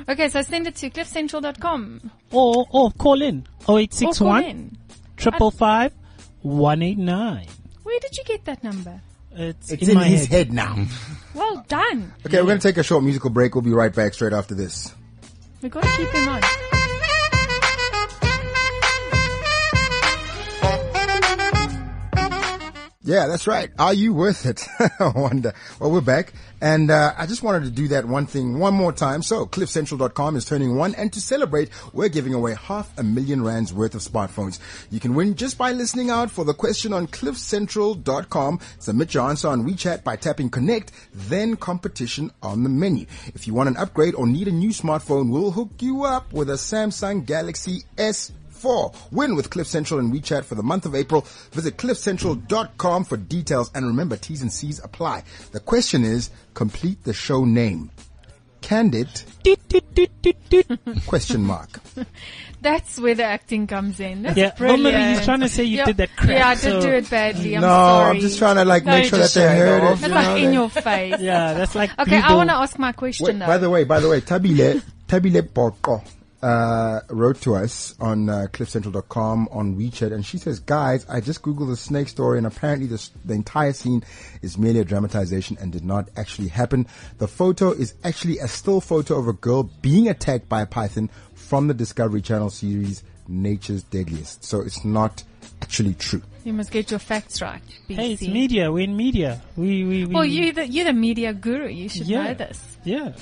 Speaker 6: Okay, so send it to cliffcentral.com.
Speaker 5: or or call in
Speaker 6: Or call
Speaker 5: 0861
Speaker 6: in.
Speaker 5: triple five one eight nine.
Speaker 6: Where did you get that number?
Speaker 5: It's,
Speaker 4: It's
Speaker 5: in,
Speaker 4: in,
Speaker 5: my
Speaker 4: his
Speaker 5: head.
Speaker 4: head now.
Speaker 6: Well done.
Speaker 4: Okay, we're going to take a short musical break. We'll be right back straight after this.
Speaker 6: We gotta keep him on.
Speaker 4: Yo, Yeah, that's right. Are you worth it? *laughs* I wonder. Well, we're back. And uh, I just wanted to do that one thing one more time. So, cliffcentral.com is turning one. And to celebrate, we're giving away half a million rands worth of smartphones. You can win just by listening out for the question on cliffcentral.com. Submit your answer on WeChat by tapping connect, then competition on the menu. If you want an upgrade or need a new smartphone, we'll hook you up with a Samsung Galaxy S four. Win with Cliff Central and WeChat for the month of April. Visit cliffcentral.com for details and remember T's and C's apply. The question is complete the show name. Candid
Speaker 5: Doot, doot, doot, doot, doot.
Speaker 4: question
Speaker 6: *laughs*
Speaker 4: mark.
Speaker 6: That's where the acting comes in. That's
Speaker 5: Yeah,
Speaker 6: brilliant.
Speaker 5: normally he's trying to say you
Speaker 6: yeah.
Speaker 5: did that crap.
Speaker 6: Yeah, I did
Speaker 5: so-
Speaker 6: do it badly. I'm
Speaker 4: no,
Speaker 6: sorry.
Speaker 4: I'm just trying to like
Speaker 6: No,
Speaker 4: make
Speaker 6: you
Speaker 4: sure that
Speaker 6: just
Speaker 4: they
Speaker 6: showed
Speaker 4: heard it.
Speaker 6: That's
Speaker 4: you
Speaker 6: like
Speaker 4: know,
Speaker 6: in
Speaker 4: that-
Speaker 6: your
Speaker 5: *laughs*
Speaker 6: face.
Speaker 5: Yeah, that's like
Speaker 6: *laughs* Okay, I
Speaker 5: Bluebell.
Speaker 6: want to ask my question
Speaker 4: Wait,
Speaker 6: though.
Speaker 4: by the way, by the way, Tabile Tabile Boko uh, wrote to us on uh, cliffcentral.com on WeChat, and she says, "Guys, I just googled the snake story, and apparently the, s- the entire scene is merely a dramatization and did not actually happen. The photo is actually a still photo of a girl being attacked by a python from the Discovery Channel series Nature's Deadliest, so it's not actually true."
Speaker 6: you must get your facts right. BC.
Speaker 5: Hey, it's media. We're in media. We we we.
Speaker 6: Well, you're the, you're the media guru. You should
Speaker 5: Yeah.
Speaker 6: know this.
Speaker 5: Yeah.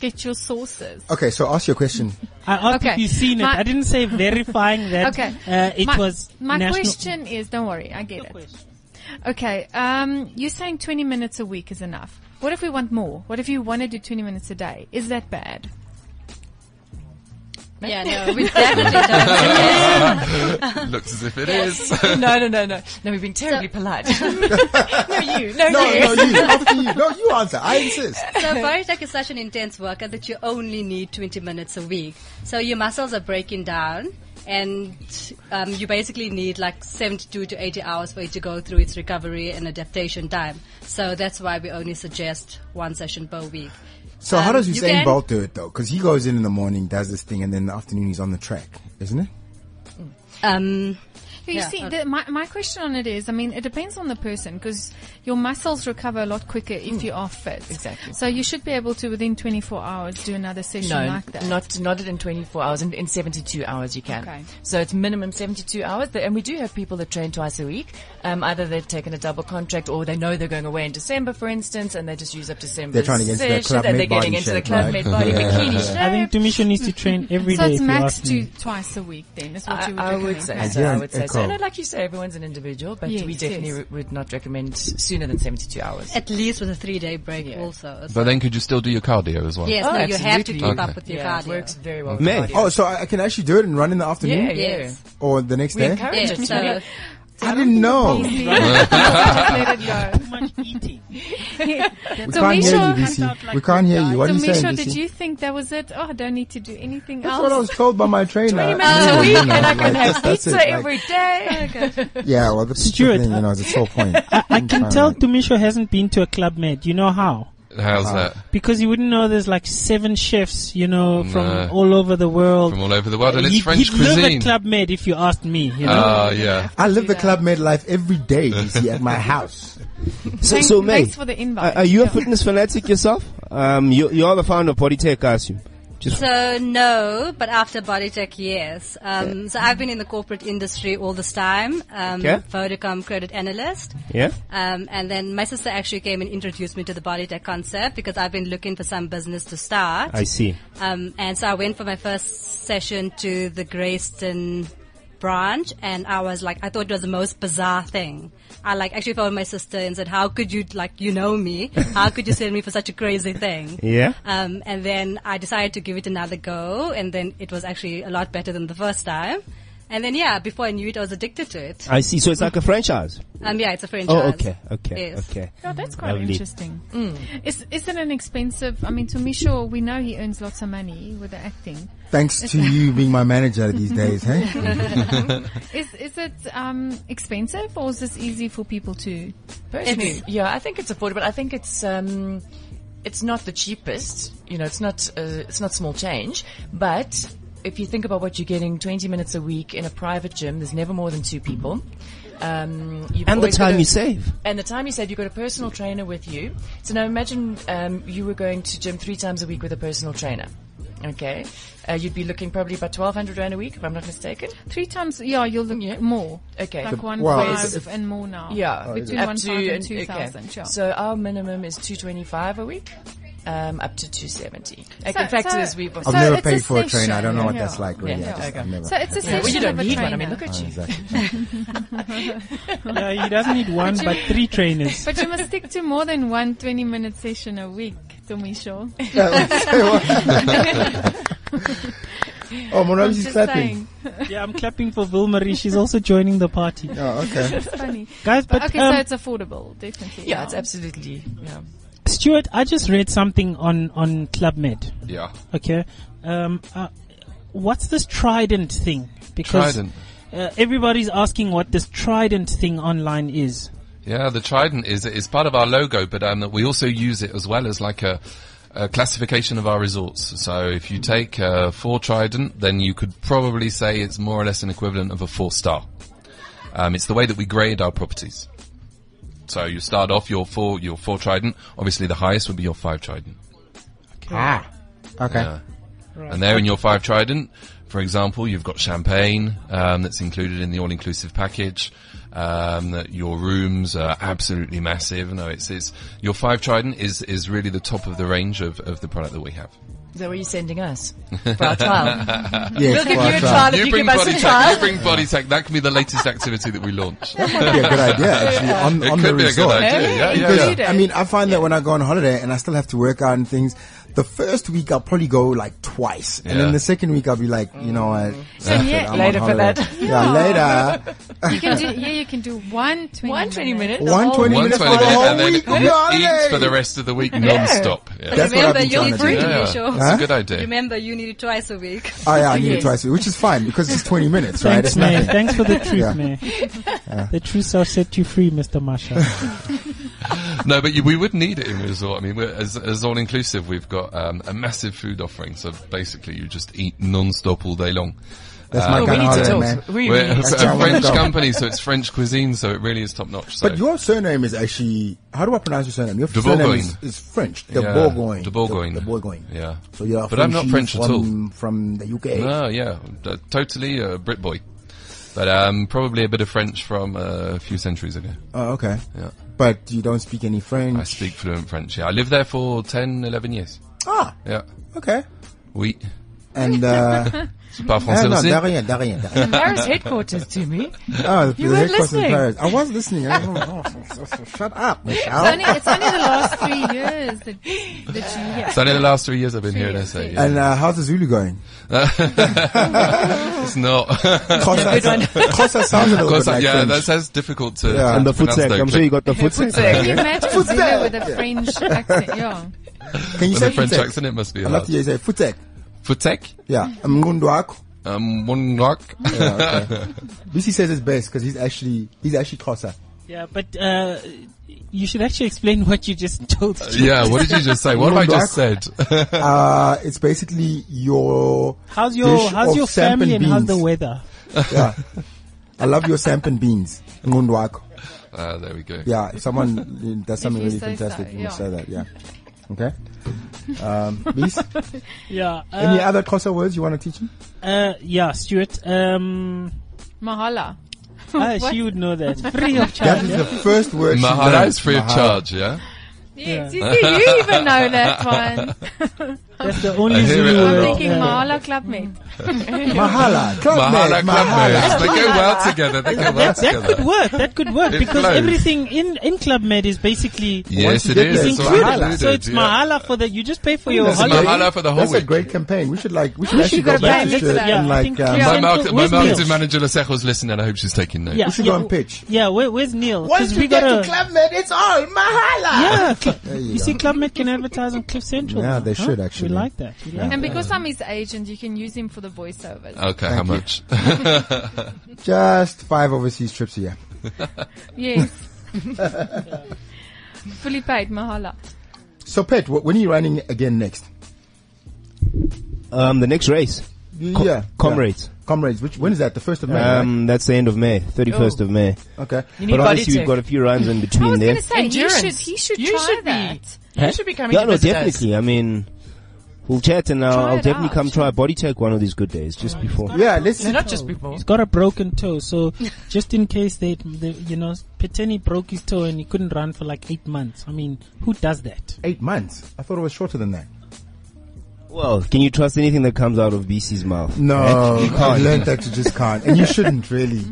Speaker 6: Get your sources.
Speaker 4: Okay, so ask your question.
Speaker 5: I asked
Speaker 6: Okay.
Speaker 5: if you've seen it.
Speaker 6: My-
Speaker 5: I didn't say verifying that.
Speaker 6: Okay.
Speaker 5: Uh, it
Speaker 6: my,
Speaker 5: was
Speaker 6: My
Speaker 5: national-
Speaker 6: question is, don't worry, I get it. Okay, um, you're saying 20 minutes a week is enough. What if we want more? What if you want to do 20 minutes a day? Is that bad?
Speaker 9: *laughs* Yeah, no, we definitely don't.
Speaker 8: Looks as if it is.
Speaker 1: no, no, no, no. No, we've been terribly polite. no, you. No,
Speaker 4: No,
Speaker 1: you.
Speaker 4: no, you after you. No, you answer. I insist.
Speaker 1: *laughs*
Speaker 9: So Bartek is such an intense worker that you only need 20 minutes a week. So your muscles are breaking down and um, you basically need like 72 to 80 hours for it to go through its recovery and adaptation time. So that's why we only suggest one session per week.
Speaker 4: So how
Speaker 9: Um,
Speaker 4: does
Speaker 9: you
Speaker 4: Usain
Speaker 9: can-
Speaker 4: Bolt do it though? Because he goes in in the morning, does this thing, and then in the afternoon he's on the track, isn't it?
Speaker 9: Um,
Speaker 6: You
Speaker 9: Yeah,
Speaker 6: see,
Speaker 9: okay.
Speaker 6: the, my, my question on it is, I mean, it depends on the person because your muscles recover a lot quicker if you are fit.
Speaker 1: Exactly.
Speaker 6: So you should be able to, within 24 hours, do another session
Speaker 1: No,
Speaker 6: like that.
Speaker 1: not not in 24 hours. In, in 72 hours, you can.
Speaker 6: Okay.
Speaker 1: So it's minimum 72 hours. But- And we do have people that train twice a week. Um, either they've taken a double contract, or they know they're going away in December, for instance, and they just use up December.
Speaker 4: They're trying to get into their Club
Speaker 1: and they're
Speaker 4: Med body
Speaker 1: getting into the
Speaker 4: shape,
Speaker 1: club
Speaker 4: right? *laughs*
Speaker 1: med body
Speaker 4: Yeah.
Speaker 1: bikini
Speaker 5: I
Speaker 1: shape.
Speaker 5: think Dumisha needs to
Speaker 6: *laughs*
Speaker 5: train every day.
Speaker 6: so
Speaker 5: if
Speaker 6: it's
Speaker 5: you ask
Speaker 6: max
Speaker 5: me.
Speaker 6: to twice a week then, is what
Speaker 1: I,
Speaker 6: you would
Speaker 1: I would
Speaker 4: And
Speaker 6: recommend.
Speaker 1: say so.
Speaker 4: here
Speaker 1: I
Speaker 4: an
Speaker 1: would say
Speaker 4: echo.
Speaker 1: so. No, like you say, everyone's an individual, but we
Speaker 6: Yes,
Speaker 1: definitely
Speaker 6: yes.
Speaker 1: w- would not recommend sooner than 72 hours.
Speaker 9: at least with a three day break also.
Speaker 8: But then could you still do your cardio as well?
Speaker 9: yes,
Speaker 1: Oh,
Speaker 9: no, you have to
Speaker 1: absolutely.
Speaker 9: keep
Speaker 8: Okay.
Speaker 9: up with your
Speaker 1: Yeah, it
Speaker 9: cardio.
Speaker 1: works very well.
Speaker 7: Man.
Speaker 1: With cardio.
Speaker 4: Oh, so I I can actually do it and run in the
Speaker 7: Oh,
Speaker 1: yeah,
Speaker 4: afternoon
Speaker 9: Yes.
Speaker 1: yeah.
Speaker 4: or the next
Speaker 1: We
Speaker 4: day.
Speaker 1: encourage
Speaker 9: Yeah,
Speaker 1: it. you
Speaker 9: so-
Speaker 1: know.
Speaker 4: I didn't know.
Speaker 6: Easily. Let it go.
Speaker 5: Too much eating.
Speaker 4: We
Speaker 6: So
Speaker 4: can't hear
Speaker 6: Misha-
Speaker 4: you, BC. We can't hear you. What are
Speaker 6: So
Speaker 4: you
Speaker 6: Misha,
Speaker 4: saying,
Speaker 6: did
Speaker 4: BC?
Speaker 6: you think that was it? Oh, I don't need to do anything
Speaker 4: That's
Speaker 6: else.
Speaker 4: what I was told by my trainer.
Speaker 1: minutes a
Speaker 4: Yeah,
Speaker 1: week
Speaker 4: you know,
Speaker 1: and I
Speaker 4: like,
Speaker 1: can have
Speaker 4: that's- that's
Speaker 1: pizza
Speaker 4: it, like-
Speaker 1: every
Speaker 4: *laughs*
Speaker 1: day.
Speaker 4: Yeah, well, the pizza
Speaker 5: Stuart,
Speaker 4: thing, you
Speaker 5: I-
Speaker 4: know, is its whole point.
Speaker 5: *laughs* I can tell Dumisha hasn't been to a club med. You know how?
Speaker 8: How's that?
Speaker 5: Because you wouldn't know there's like seven chefs, you know, from
Speaker 8: No.
Speaker 5: all over the world.
Speaker 8: From all over the world, and it's
Speaker 5: He'd-
Speaker 8: French
Speaker 5: he'd live
Speaker 8: cuisine.
Speaker 5: at Club Med if you asked me, you know.
Speaker 8: Ah, yeah.
Speaker 4: I live the club med life every day, BC, at my house.
Speaker 7: So,
Speaker 6: Thank-
Speaker 7: so mate,
Speaker 6: thanks for the
Speaker 7: are,
Speaker 6: invite.
Speaker 7: are you a
Speaker 6: Yeah.
Speaker 7: fitness fanatic yourself? Um, you, you're the founder of Body Tech, I assume. Just
Speaker 9: So uh, no, but after body tech, yes. Um, so I've been in the corporate industry all this time. Um,
Speaker 7: Okay.
Speaker 9: Vodacom credit analyst.
Speaker 7: yeah.
Speaker 9: Um, and then my sister actually came and introduced me to the body tech concept because I've been looking for some business to start.
Speaker 7: I see.
Speaker 9: Um, and so I went for my first session to the Greyston branch and I was like, I thought it was the most bizarre thing. I like actually phoned my sister and said, how could you like, you know me? How could you send me for such a crazy thing?
Speaker 7: Yeah.
Speaker 9: Um, and then I decided to give it another go and then it was actually a lot better than the first time. And then yeah, before I knew it, I was addicted to it.
Speaker 7: I see. So it's like a franchise.
Speaker 9: Um, yeah, it's a franchise.
Speaker 7: Oh, okay, okay,
Speaker 9: Yes.
Speaker 7: okay.
Speaker 6: Oh, that's quite
Speaker 7: Lovely.
Speaker 6: interesting.
Speaker 1: Mm.
Speaker 6: Is, is it an expensive? I mean, to Misha, we know he earns lots of money with the acting.
Speaker 4: Thanks
Speaker 1: *laughs*
Speaker 4: to you being my manager these days, hey?
Speaker 6: Is is it um, expensive or is this easy for people to?
Speaker 1: Personally,
Speaker 9: It's-
Speaker 1: yeah, I think it's affordable. I think it's um, it's not the cheapest. You know, it's not uh, it's not small change, but if you think about what you're getting, 20 minutes a week in a private gym, there's never more than two people. Um, you've
Speaker 7: And the
Speaker 1: always
Speaker 7: time
Speaker 1: gotta-
Speaker 7: you save.
Speaker 1: and the time you said you've got a personal trainer with you. So now imagine um, you were going to gym three times a week with a personal trainer. Okay. Uh, you'd be looking probably about 1200 Rand a week, if I'm not mistaken.
Speaker 6: Three times, yeah, you'll look more.
Speaker 1: Okay.
Speaker 6: Like one
Speaker 4: well,
Speaker 6: five
Speaker 4: it's- if-
Speaker 6: and more now.
Speaker 1: Yeah,
Speaker 7: Oh,
Speaker 6: Between
Speaker 1: up
Speaker 6: one
Speaker 1: to-
Speaker 6: five and
Speaker 1: okay.
Speaker 6: two thousand, sure.
Speaker 1: So our minimum is 225 a week, um, up to 270. Like,
Speaker 6: So-
Speaker 1: in fact,
Speaker 6: so-
Speaker 1: is we've
Speaker 6: so
Speaker 4: I've
Speaker 1: Yeah,
Speaker 4: never
Speaker 6: it's a
Speaker 4: paid for a train. I don't know
Speaker 6: session.
Speaker 4: what
Speaker 6: Yeah.
Speaker 4: that's like really. I just, I've never.
Speaker 6: So it's a session
Speaker 1: well, you don't
Speaker 6: of a
Speaker 1: need
Speaker 6: trainer.
Speaker 1: one. I mean, look at you.
Speaker 4: exactly.
Speaker 5: Yeah, he doesn't need one, but three
Speaker 6: *laughs*
Speaker 5: trainers.
Speaker 6: but you must stick to more than one 20 minute session a week, Tomisho.
Speaker 4: oh, Mona Lisa's
Speaker 6: Just
Speaker 4: clapping.
Speaker 6: saying.
Speaker 5: Yeah, I'm clapping for Vilmarie. She's also joining the party,
Speaker 4: Oh, okay.
Speaker 6: It's funny.
Speaker 5: guys. But,
Speaker 6: okay,
Speaker 5: um,
Speaker 6: so it's affordable, definitely.
Speaker 1: Yeah, it's absolutely. Yeah.
Speaker 5: Stuart, I just read something on on Club Med.
Speaker 8: *laughs* Yeah.
Speaker 5: Okay, um, uh, what's this Trident thing? Because
Speaker 8: Trident.
Speaker 5: Uh, everybody's asking what this Trident thing online is.
Speaker 8: Yeah, the trident is is part of our logo, but um, we also use it as well as like a, a classification of our resorts. So if you take uh, four trident, then you could probably say it's more or less an equivalent of a four star. Um, it's the way that we grade our properties. So you start off your four your four trident. Obviously, the highest would be your five trident.
Speaker 4: Ah. Okay.
Speaker 8: Yeah. And there in your five trident, for example, you've got champagne um, that's included in the all-inclusive package. Um, that your rooms are absolutely massive. No, it's, it's your five trident is is really the top of the range of, of the product that we have.
Speaker 1: Is that what you're sending us for our trial?
Speaker 4: Yes,
Speaker 1: we'll give
Speaker 4: well,
Speaker 1: you a
Speaker 4: I tried.
Speaker 1: trial if you
Speaker 8: bring
Speaker 1: give us
Speaker 8: body
Speaker 1: a
Speaker 8: tech. You
Speaker 1: trial.
Speaker 8: bring body tech. That can be the latest activity that we launch. it
Speaker 4: That'd be a good idea actually on, on the
Speaker 8: could be a good
Speaker 4: resort.
Speaker 8: idea. Yeah, yeah, yeah.
Speaker 4: Because, I mean, I find that when I go on holiday and I still have to work out and things, the first week I'll probably go like twice, and
Speaker 8: Yeah. Mm.
Speaker 4: then the second week I'll be like, you know what?
Speaker 6: So
Speaker 4: fuck it,
Speaker 6: yeah,
Speaker 4: I'm on
Speaker 1: Later for
Speaker 4: holiday.
Speaker 1: that.
Speaker 4: Yeah, later.
Speaker 6: You can do, yeah, you can do one 20
Speaker 1: One 20 minutes.
Speaker 6: The
Speaker 4: One
Speaker 6: whole
Speaker 4: 20
Speaker 8: One
Speaker 4: minutes for
Speaker 8: twenty
Speaker 4: the
Speaker 8: minutes,
Speaker 4: whole
Speaker 8: and then
Speaker 4: week of your holiday.
Speaker 8: eat for the rest of the week non-stop. Yeah.
Speaker 4: That's what I've
Speaker 9: Remember,
Speaker 4: been
Speaker 9: you'll
Speaker 4: trying
Speaker 9: eat
Speaker 4: to
Speaker 9: free,
Speaker 4: do.
Speaker 8: Yeah,
Speaker 9: Tomisho.
Speaker 8: It's a good idea.
Speaker 9: Remember, you need it twice a week.
Speaker 4: Oh yeah, I need it twice, which is fine because it's 20 minutes, right?
Speaker 5: Thanks,
Speaker 4: It's
Speaker 5: May.
Speaker 4: nothing.
Speaker 5: Thanks for the truth,
Speaker 4: Yeah.
Speaker 5: May. The truth shall set you free, Mr. Masha.
Speaker 8: No, but you, we would need it in resort. I mean, we're, as, as all inclusive, we've got um, a massive food offering. So basically, you just eat non-stop all day long.
Speaker 4: That's my
Speaker 1: Oh, we
Speaker 4: kind
Speaker 1: need
Speaker 4: of holiday,
Speaker 1: to talk.
Speaker 4: man.
Speaker 1: We
Speaker 8: We're
Speaker 1: really
Speaker 8: a,
Speaker 1: need
Speaker 8: a
Speaker 1: to
Speaker 4: That's how I wanna
Speaker 8: French
Speaker 4: go.
Speaker 8: company, so it's French cuisine, so it really is top notch. So.
Speaker 4: But your surname is actually, how do I pronounce your surname? Your
Speaker 8: De
Speaker 4: surname
Speaker 8: Bourgogne.
Speaker 4: is, is French. The
Speaker 8: Yeah,
Speaker 4: Bourgogne.
Speaker 8: De Bourgogne.
Speaker 4: The, the Bourgogne.
Speaker 8: Yeah.
Speaker 4: So you're
Speaker 8: But I'm not
Speaker 4: Frenchie
Speaker 8: French at all.
Speaker 4: from, from the UK.
Speaker 8: no, yeah, d- totally a Brit boy, but um, probably a bit of French from uh, a few centuries ago.
Speaker 4: Oh, okay.
Speaker 8: Yeah.
Speaker 4: But you don't speak any French.
Speaker 8: I speak fluent French. Yeah, I lived there for 10, 11 years.
Speaker 4: Ah,
Speaker 8: Yeah,
Speaker 4: okay.
Speaker 8: oui.
Speaker 4: And,
Speaker 1: *laughs*
Speaker 4: uh,
Speaker 8: C'est pas
Speaker 4: ah,
Speaker 8: français
Speaker 4: no,
Speaker 8: aussi.
Speaker 4: Darien, Darien,
Speaker 8: *laughs*
Speaker 4: Darien.
Speaker 1: Paris headquarters to me.
Speaker 4: Oh, the,
Speaker 1: You
Speaker 4: the
Speaker 1: weren't
Speaker 4: headquarters in
Speaker 1: listening.
Speaker 4: Paris. I was
Speaker 1: *laughs*
Speaker 4: listening. Oh, I don't know. So- so- so oh, Shut up, Michelle.
Speaker 6: only, it's only the last three years that, that you, yeah.
Speaker 8: It's only the last three years I've been here in
Speaker 6: years,
Speaker 8: SA. Yeah.
Speaker 4: And, uh, how's the Zulu
Speaker 8: *laughs*
Speaker 4: going? *laughs*
Speaker 8: It's not.
Speaker 4: Kosa, Kosa sounds a little
Speaker 8: Because,
Speaker 4: bit like
Speaker 8: yeah,
Speaker 4: French.
Speaker 8: that sounds difficult to.
Speaker 4: Yeah.
Speaker 8: to
Speaker 4: And
Speaker 7: And the foot
Speaker 8: pronounce
Speaker 7: sack.
Speaker 8: though,
Speaker 7: I'm sure you got the foot sack.
Speaker 6: Can you imagine a Zulu with a French accent? Yeah.
Speaker 4: Can you
Speaker 8: With
Speaker 4: say
Speaker 8: a French
Speaker 4: Futek?
Speaker 8: accent, it must be
Speaker 4: I'd
Speaker 8: hard.
Speaker 4: love to hear you say Futek.
Speaker 8: Futek,
Speaker 4: Yeah. Mgundu wako.
Speaker 8: um,
Speaker 4: *laughs*
Speaker 8: one rock.
Speaker 4: Yeah, okay. Lucy says it's best because he's actually he's actually
Speaker 8: *laughs*
Speaker 4: Kosa.
Speaker 5: Yeah, but uh, you should actually explain what you just *laughs* told. Stuart.
Speaker 8: yeah, what did you just say? What have I just said? *laughs*
Speaker 4: Uh, it's basically your
Speaker 5: How's your
Speaker 4: dish
Speaker 5: How's
Speaker 4: of
Speaker 5: your
Speaker 4: samp
Speaker 5: family and how's the
Speaker 4: beans.
Speaker 5: weather?
Speaker 4: Yeah. I love your samp and beans. Mgundu wako.
Speaker 8: Uh, there we go.
Speaker 4: Yeah, if someone does something
Speaker 6: you
Speaker 4: really
Speaker 6: say so,
Speaker 4: fantastic, you must
Speaker 6: yeah.
Speaker 4: say that. Yeah. Okay. Um,
Speaker 5: *laughs*
Speaker 4: Bees,
Speaker 5: Yeah,
Speaker 4: any
Speaker 5: uh,
Speaker 4: other Kosa words you want to teach him?
Speaker 5: uh, yeah, Stuart. *laughs* Um,
Speaker 6: Mahala.
Speaker 5: ah, she would know that *laughs* free of charge.
Speaker 4: That is the first word. she
Speaker 8: Mahala
Speaker 4: learned.
Speaker 8: is free of
Speaker 4: Mahala.
Speaker 8: charge, yeah?
Speaker 6: Yes, you see, you even know that one.
Speaker 5: That's the only
Speaker 8: I hear
Speaker 5: Zulu
Speaker 8: it a
Speaker 5: word.
Speaker 6: *laughs*
Speaker 8: lot.
Speaker 6: I'm thinking
Speaker 5: uh,
Speaker 6: Mahala Club Mate. *laughs*
Speaker 4: Mahala. Club
Speaker 8: Mahala,
Speaker 4: mate,
Speaker 8: club
Speaker 4: Mahala.
Speaker 8: mates. They go well together. They go well
Speaker 5: that could
Speaker 8: together.
Speaker 5: work. That could work
Speaker 8: *laughs* It
Speaker 5: because
Speaker 8: flows.
Speaker 5: everything in in Club Med is basically
Speaker 8: Yes,
Speaker 4: you
Speaker 8: it
Speaker 4: get
Speaker 8: is.
Speaker 4: this
Speaker 5: is
Speaker 8: It's all
Speaker 5: included.
Speaker 4: Mahala.
Speaker 5: So it's
Speaker 8: yeah.
Speaker 5: mahala for that. You just pay for your
Speaker 4: That's a
Speaker 8: Mahala
Speaker 5: holiday.
Speaker 4: great-
Speaker 8: for the whole
Speaker 4: That's a
Speaker 8: week.
Speaker 4: great campaign. We should like we should actually
Speaker 6: go
Speaker 4: go back
Speaker 6: back
Speaker 4: to
Speaker 6: into
Speaker 4: shirt
Speaker 6: that.
Speaker 4: and
Speaker 5: I
Speaker 4: like
Speaker 5: think
Speaker 4: um,
Speaker 5: Chris-
Speaker 8: My,
Speaker 5: Yeah.
Speaker 8: market, my
Speaker 5: Where's Neil?
Speaker 8: marketing manager Lesecho's listening and I hope she's taking notes.
Speaker 5: Yeah,
Speaker 4: should
Speaker 5: yeah,
Speaker 4: go on
Speaker 5: w-
Speaker 4: pitch.
Speaker 5: Yeah, where, where's Neil? Because
Speaker 4: Once you
Speaker 5: we
Speaker 4: get
Speaker 5: gotta.
Speaker 4: to Club Med, it's all Mahala.
Speaker 5: yeah, Cl-
Speaker 4: There you
Speaker 5: you
Speaker 4: go.
Speaker 5: see, Club Med can advertise on Cliff Central.
Speaker 4: Yeah,
Speaker 5: now,
Speaker 4: they
Speaker 5: huh?
Speaker 4: should actually.
Speaker 5: We like that. We like
Speaker 6: And because I'm his agent, you can use him for the voiceovers.
Speaker 8: Okay, how much?
Speaker 4: Just five overseas trips a year.
Speaker 6: *laughs* Yes. Fully paid, Mahala.
Speaker 4: So, Pet, wh- when are you running again next?
Speaker 7: Um, the next race. Co- Comrades.
Speaker 4: Comrades. Which when is that? The first of May. right?
Speaker 7: Um, that's the end of May, 31st of May.
Speaker 4: Okay.
Speaker 1: You need
Speaker 7: But
Speaker 1: body
Speaker 7: honestly, we've
Speaker 1: tech.
Speaker 7: got a few runs in
Speaker 6: I
Speaker 7: between
Speaker 6: was
Speaker 7: there.
Speaker 6: going to say, he
Speaker 1: Endurance.
Speaker 6: should, he should
Speaker 1: You
Speaker 6: try
Speaker 1: should be.
Speaker 6: that.
Speaker 1: You
Speaker 7: Huh?
Speaker 1: should be coming
Speaker 7: Yeah,
Speaker 1: to
Speaker 7: no,
Speaker 1: visit us.
Speaker 7: definitely. I mean, We'll chat and I'll,
Speaker 6: Try
Speaker 7: I'll
Speaker 6: it
Speaker 7: definitely
Speaker 6: out.
Speaker 7: come try a body check one of these good days, just before.
Speaker 4: Yeah, let's
Speaker 1: No,
Speaker 4: see.
Speaker 1: not just before.
Speaker 5: He's got a broken toe, so just in case they, they you know, Peteni broke his toe and he couldn't run for like eight months. I mean, who does that?
Speaker 4: Eight months. I thought it was shorter than that.
Speaker 7: Well, can you trust anything that comes out of BC's mouth?
Speaker 4: No,
Speaker 7: Right? You
Speaker 4: I
Speaker 7: can't.
Speaker 4: learned that you just can't, and you shouldn't really.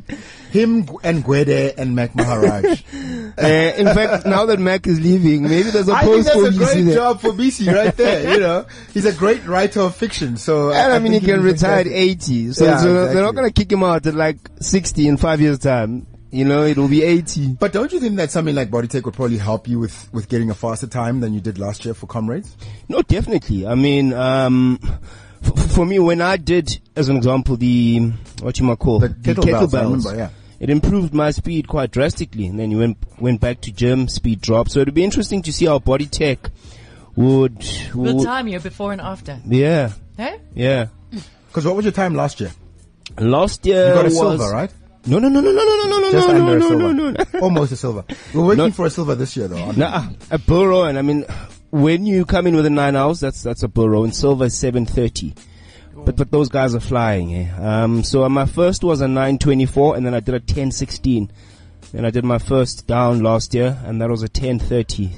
Speaker 4: Him Gu- and Gwede and Mac *laughs* Maharaj.
Speaker 7: Uh, in fact, now that Mac is leaving, maybe there's a
Speaker 4: I think
Speaker 7: post
Speaker 4: that's
Speaker 7: for
Speaker 4: a
Speaker 7: BC
Speaker 4: great
Speaker 7: there.
Speaker 4: job for BC right there. You know, he's a great writer of fiction. So
Speaker 7: And I, mean, he
Speaker 4: think
Speaker 7: can
Speaker 4: would be
Speaker 7: retire at
Speaker 4: fantastic.
Speaker 7: 80. So,
Speaker 4: Yeah,
Speaker 7: so they're not
Speaker 4: exactly.
Speaker 7: going to kick him out at like 60 in five years' time. You know, it'll be 80.
Speaker 4: But don't you think that something like Body Tech would probably help you with, with getting a faster time than you did last year for comrades?
Speaker 7: No, definitely. I mean, um, f- for me, when I did, as an example, the what you might call
Speaker 4: The kettlebells, I remember, yeah.
Speaker 7: It improved my speed quite drastically, and then you went went back to gym speed drop. So it'd be interesting to see how body tech would.
Speaker 1: We'll
Speaker 7: would
Speaker 1: time you before and after.
Speaker 7: yeah,
Speaker 1: Hey?
Speaker 7: yeah.
Speaker 4: Because what was your time last year?
Speaker 7: Last year
Speaker 4: You got a
Speaker 7: was
Speaker 4: silver, right?
Speaker 7: no, no, no, no, no, no, no, no,
Speaker 4: Just
Speaker 7: no,
Speaker 4: under a
Speaker 7: no, no,
Speaker 4: silver.
Speaker 7: no, no.
Speaker 4: *laughs* Almost a silver. We're working
Speaker 7: Not-
Speaker 4: for a silver this year, though. aren't we?
Speaker 7: Nah, a bull row, and I mean, when you come in with a nine hours, that's that's a bull row, and silver is seven thirty. But but those guys are flying. Eh? Um, so uh, my first was a nine twenty four, and then I did a ten sixteen. Then I did my first down last year, and that was a ten thirty.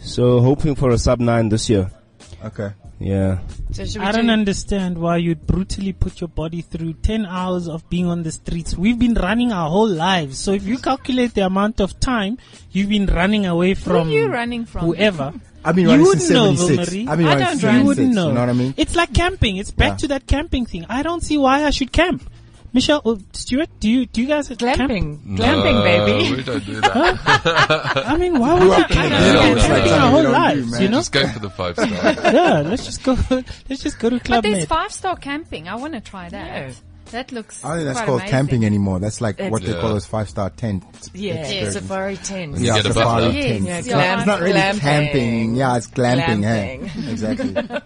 Speaker 7: So hoping for a sub nine this year.
Speaker 4: Okay.
Speaker 7: Yeah.
Speaker 1: So should we
Speaker 5: I
Speaker 1: do-
Speaker 5: don't understand why you'd brutally put your body through 10 hours of being on the streets. We've been running our whole lives. So if you calculate the amount of time you've been running away from
Speaker 6: Where are you running
Speaker 4: *laughs*
Speaker 6: from?
Speaker 5: whoever,
Speaker 4: I've been
Speaker 5: you
Speaker 4: running
Speaker 5: wouldn't
Speaker 4: since
Speaker 5: know,
Speaker 4: 76.
Speaker 5: Vulnery.
Speaker 4: I've been
Speaker 5: I
Speaker 4: running
Speaker 5: don't
Speaker 4: since
Speaker 5: You wouldn't
Speaker 4: 76,
Speaker 5: know.
Speaker 4: you know what I mean?
Speaker 5: It's like camping. It's back
Speaker 4: Yeah.
Speaker 5: to that camping thing. I don't see why I should camp. Michelle, oh, Stuart, do you, do you guys camp?
Speaker 1: Glamping. Glamping,
Speaker 8: Uh, we
Speaker 1: baby.
Speaker 8: don't do that.
Speaker 5: I mean, why would you
Speaker 4: up in
Speaker 5: camp?
Speaker 4: the
Speaker 5: We've been
Speaker 8: desert. It's like
Speaker 5: camping our
Speaker 4: something
Speaker 5: whole
Speaker 4: we don't do,
Speaker 5: lives,
Speaker 4: man.
Speaker 5: you know?
Speaker 8: Just go for the five star.
Speaker 5: Yeah, let's just go, *laughs* let's just go to Club
Speaker 6: But there's
Speaker 5: Med.
Speaker 6: five star camping. I want to try that. That looks.
Speaker 4: I don't think that's
Speaker 6: quite
Speaker 4: called
Speaker 6: amazing.
Speaker 4: camping anymore. That's like
Speaker 1: That's-
Speaker 4: what they call
Speaker 8: Yeah.
Speaker 4: those five star tent.
Speaker 1: Yeah,
Speaker 9: Yeah.
Speaker 1: Safari tent.
Speaker 8: Yeah. get a
Speaker 4: safari
Speaker 8: butler.
Speaker 4: tents.
Speaker 6: Yes,
Speaker 4: It's
Speaker 6: yeah,
Speaker 4: not- it's not really
Speaker 1: glamping.
Speaker 4: camping. Yeah, it's glamping. hey. Exactly.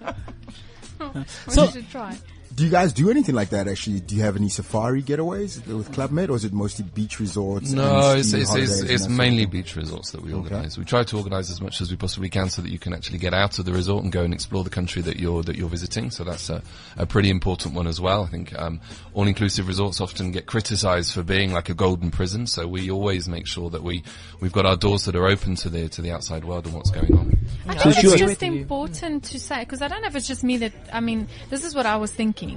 Speaker 6: We
Speaker 5: So-
Speaker 6: should try.
Speaker 4: Do you guys do anything like that actually? Do you have any safari getaways with Club Med or is it mostly beach resorts?
Speaker 8: No,
Speaker 4: and
Speaker 8: it's,
Speaker 4: ski
Speaker 8: it's,
Speaker 4: holidays
Speaker 8: it's,
Speaker 4: and
Speaker 8: it's
Speaker 4: that sort of
Speaker 8: mainly
Speaker 4: thing?
Speaker 8: beach resorts that we organise. We try to organise as much as we possibly can so that you can actually get out of the resort and go and explore the country that you're that you're visiting. So that's a, a pretty important one as well. I think um, all inclusive resorts often get criticised for being like a golden prison. So we always make sure that we we've got our doors that are open to the to the outside world and what's going on.
Speaker 6: I think
Speaker 7: Sure.
Speaker 6: it's just important to say because I don't know if it's just me that I mean this is what I was thinking.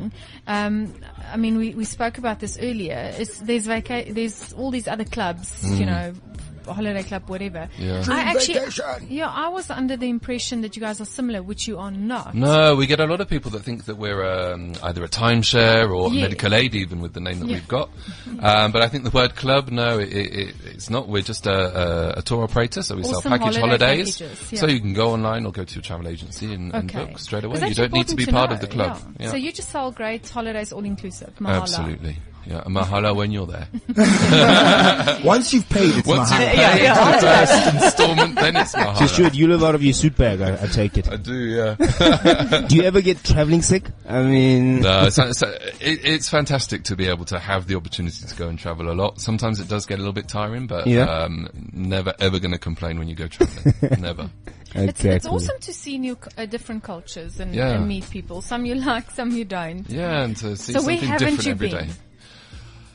Speaker 6: Um, I mean we, we spoke about this earlier. It's, there's vaca- there's all these other clubs, you know, holiday club, whatever.
Speaker 8: Mm. Yeah.
Speaker 6: I actually,
Speaker 4: vacation.
Speaker 6: yeah, I was under the impression that you guys are similar, which you are not.
Speaker 8: No, we get a lot of people that think that we're um, either a timeshare or
Speaker 6: Yeah.
Speaker 8: medical aid, even with the name that
Speaker 6: Yeah.
Speaker 8: we've got. Um, but I think the word club, no, it, it, it- it's not. We're just a, a, a tour operator, so we
Speaker 6: Or
Speaker 8: sell
Speaker 6: some
Speaker 8: package
Speaker 6: holiday
Speaker 8: holidays.
Speaker 6: packages, yeah.
Speaker 8: So you can go online or go to a travel agency and, and
Speaker 6: Okay.
Speaker 8: book straight away.
Speaker 6: Because
Speaker 8: You
Speaker 6: that's
Speaker 8: don't need to be
Speaker 6: important
Speaker 8: part
Speaker 6: know,
Speaker 8: of the club.
Speaker 6: yeah. So you just sell great holidays, all inclusive. Mahala.
Speaker 8: Absolutely. Yeah, a mahala when you're there.
Speaker 4: Once you've paid,
Speaker 8: *laughs*
Speaker 4: it's
Speaker 8: Once you
Speaker 4: Mahalo.
Speaker 8: pay the first instalment, then it's mahala.
Speaker 7: So Stuart, you live out of your suit bag, I, I take it.
Speaker 8: I do, yeah.
Speaker 7: Do you ever get traveling sick? I mean, *laughs*
Speaker 8: No, it's, it's, Uh, it, it's fantastic to be able to have the opportunity to go and travel a lot. Sometimes it does get a little bit tiring, but
Speaker 7: Yeah.
Speaker 8: um, never ever going to complain when you
Speaker 4: *laughs*
Speaker 8: go traveling. never.
Speaker 6: It's, it's awesome to see new, cu- uh, different cultures and,
Speaker 8: Yeah.
Speaker 6: and meet people. Some you *laughs* like, some you don't.
Speaker 8: Yeah, and to see
Speaker 6: So where
Speaker 8: something
Speaker 6: haven't
Speaker 8: different
Speaker 6: you
Speaker 8: every day.
Speaker 6: been?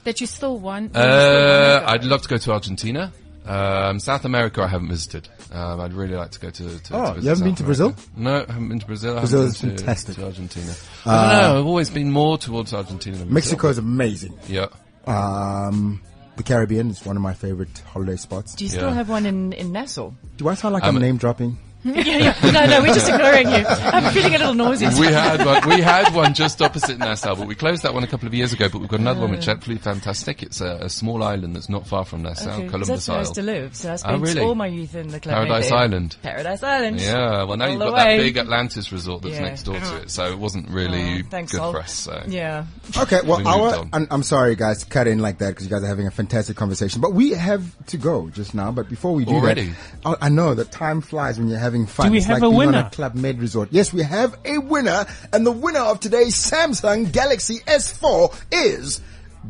Speaker 6: That you still want. you still
Speaker 8: Uh,
Speaker 6: wanna go.
Speaker 8: I'd love to go to Argentina. Um, South America, I haven't visited. Um, I'd really like to go to. to to
Speaker 4: Oh,
Speaker 8: visit
Speaker 4: you haven't been
Speaker 8: South
Speaker 4: to Brazil?
Speaker 8: America. No, I haven't been to Brazil. I
Speaker 4: Brazil
Speaker 8: haven't
Speaker 4: is
Speaker 8: been to-
Speaker 4: fantastic. Uh,
Speaker 8: To Argentina. I don't know. I've always been more towards Argentina than Brazil.
Speaker 4: Mexico is amazing.
Speaker 8: Yeah.
Speaker 4: Um, the Caribbean is one of my favorite holiday spots.
Speaker 1: Do you still
Speaker 8: Yeah.
Speaker 1: have one in, in Nassau?
Speaker 4: Do I sound like
Speaker 8: I'm
Speaker 4: I'm
Speaker 8: a-
Speaker 4: name dropping?
Speaker 1: yeah, yeah. No, no, we're just
Speaker 8: *laughs*
Speaker 1: ignoring you. I'm feeling a little noisy.
Speaker 8: we had one, we had one just opposite Nassau, but we closed that one a couple of years ago. But we've got another one which is absolutely fantastic. It's a, a small island that's not far from Nassau,
Speaker 1: Okay, 'cause
Speaker 8: Columbus
Speaker 1: That's where I used to
Speaker 8: Isle.
Speaker 1: live, so I spent
Speaker 8: Oh, really?
Speaker 1: all my youth in the club. right
Speaker 8: Paradise
Speaker 1: there.
Speaker 8: Island.
Speaker 1: Paradise Island.
Speaker 8: Yeah, well now
Speaker 1: All
Speaker 8: you've
Speaker 1: the
Speaker 8: got that
Speaker 1: way.
Speaker 8: big Atlantis resort that's
Speaker 1: Yeah.
Speaker 8: next door to it, so it wasn't really
Speaker 1: Oh, thanks,
Speaker 8: good
Speaker 1: Sol.
Speaker 8: for us. So.
Speaker 1: Yeah.
Speaker 4: Okay, well,
Speaker 8: We moved
Speaker 4: our,
Speaker 8: on.
Speaker 4: I'm, I'm sorry guys to cut in like that because you guys are having a fantastic conversation, but we have to go just now. But before we do
Speaker 8: Already?
Speaker 4: that, I, I know that time flies when you're having fun.
Speaker 5: Do we
Speaker 4: it's
Speaker 5: have
Speaker 4: like
Speaker 5: a
Speaker 4: being on
Speaker 5: winner?
Speaker 4: a Club Med resort. Yes, we have a winner and the winner of today's Samsung Galaxy S4 is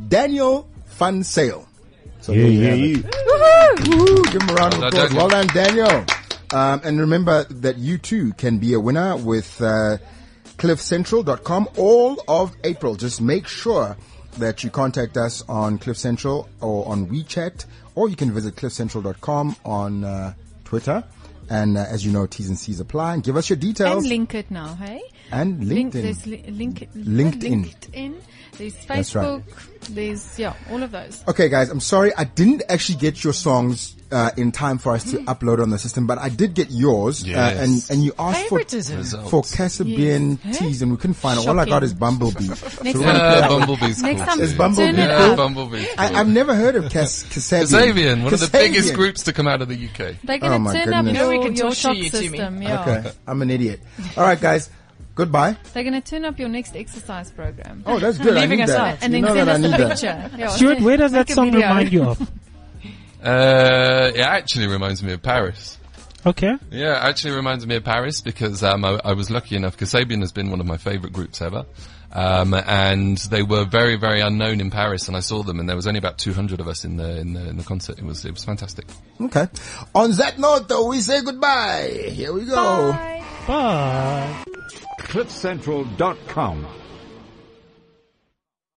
Speaker 4: Daniel Fun Sale. So there you have it. Woo-hoo! Give him a round of
Speaker 8: Well done,
Speaker 4: applause. Well
Speaker 8: Daniel.
Speaker 4: done, Daniel. Um, and remember that you too can be a winner with uh, cliffcentral.com all of April. Just make sure that you contact us on Cliff Central or on WeChat, or you can visit cliffcentral.com on uh, Twitter. And uh, as you know, T's and C's apply. And give us your
Speaker 6: And
Speaker 4: details.
Speaker 6: link it now, hey?
Speaker 4: And
Speaker 6: Link,
Speaker 4: LinkedIn.
Speaker 6: there's li- link,
Speaker 4: LinkedIn.
Speaker 6: LinkedIn. There's
Speaker 4: That's right.
Speaker 6: Facebook. There's, yeah, all of those.
Speaker 4: Okay, guys, I'm sorry. I didn't actually get your songs uh, in time for us to
Speaker 6: Hmm.
Speaker 4: upload on the system, but I did get yours. Uh, and,
Speaker 8: Yes.
Speaker 4: and you asked for,
Speaker 1: Favoritism.
Speaker 4: for Casabian
Speaker 6: Yes.
Speaker 4: teas, and we couldn't find it. All I got
Speaker 6: Shocking.
Speaker 4: is
Speaker 6: *laughs*
Speaker 4: Bumblebee. So we're
Speaker 6: Next
Speaker 4: gonna
Speaker 6: time-
Speaker 4: play
Speaker 8: *laughs* Yeah,
Speaker 4: that one.
Speaker 8: Bumblebee's
Speaker 6: Next
Speaker 8: cool.
Speaker 6: time,
Speaker 4: It's
Speaker 8: too.
Speaker 4: Bumblebee.
Speaker 6: turn it
Speaker 8: Yeah,
Speaker 6: up.
Speaker 8: Bumblebee's cool.
Speaker 4: I, I've never heard of Cas- Kasabian.
Speaker 8: Kasabian, one of the biggest
Speaker 4: Kasabian.
Speaker 8: groups to come out of the UK.
Speaker 6: They're
Speaker 4: Oh
Speaker 6: going to
Speaker 4: my
Speaker 6: turn
Speaker 4: goodness.
Speaker 6: up
Speaker 4: You know
Speaker 6: your,
Speaker 1: we can
Speaker 6: your
Speaker 1: torture
Speaker 6: shop
Speaker 1: you, Timmy.
Speaker 6: system. Yeah.
Speaker 4: Okay, I'm an idiot. All right, guys, goodbye.
Speaker 6: They're going to turn up your next exercise program.
Speaker 4: Oh, that's good. I
Speaker 1: Leaving
Speaker 4: need
Speaker 1: us
Speaker 4: that.
Speaker 1: out.
Speaker 6: and
Speaker 4: you
Speaker 6: then
Speaker 4: know that
Speaker 6: send
Speaker 4: I
Speaker 6: us
Speaker 4: need
Speaker 6: a
Speaker 4: that.
Speaker 6: picture. Yeah,
Speaker 5: Stuart, where does
Speaker 6: make
Speaker 5: that
Speaker 6: a
Speaker 5: song
Speaker 6: video.
Speaker 5: remind you of?
Speaker 8: Uh, it actually reminds me of Paris.
Speaker 5: Okay.
Speaker 8: Yeah, it actually reminds me of Paris because um, I, I was lucky enough. Kasabian has been one of my favourite groups ever, um, and they were very, very unknown in Paris. And I saw them, and there was only about 200 of us in the in the, in the concert. It was it was fantastic.
Speaker 4: Okay. On that note, though, we say goodbye. Here we go.
Speaker 6: Bye.
Speaker 5: Bye.
Speaker 10: CliffCentral.com.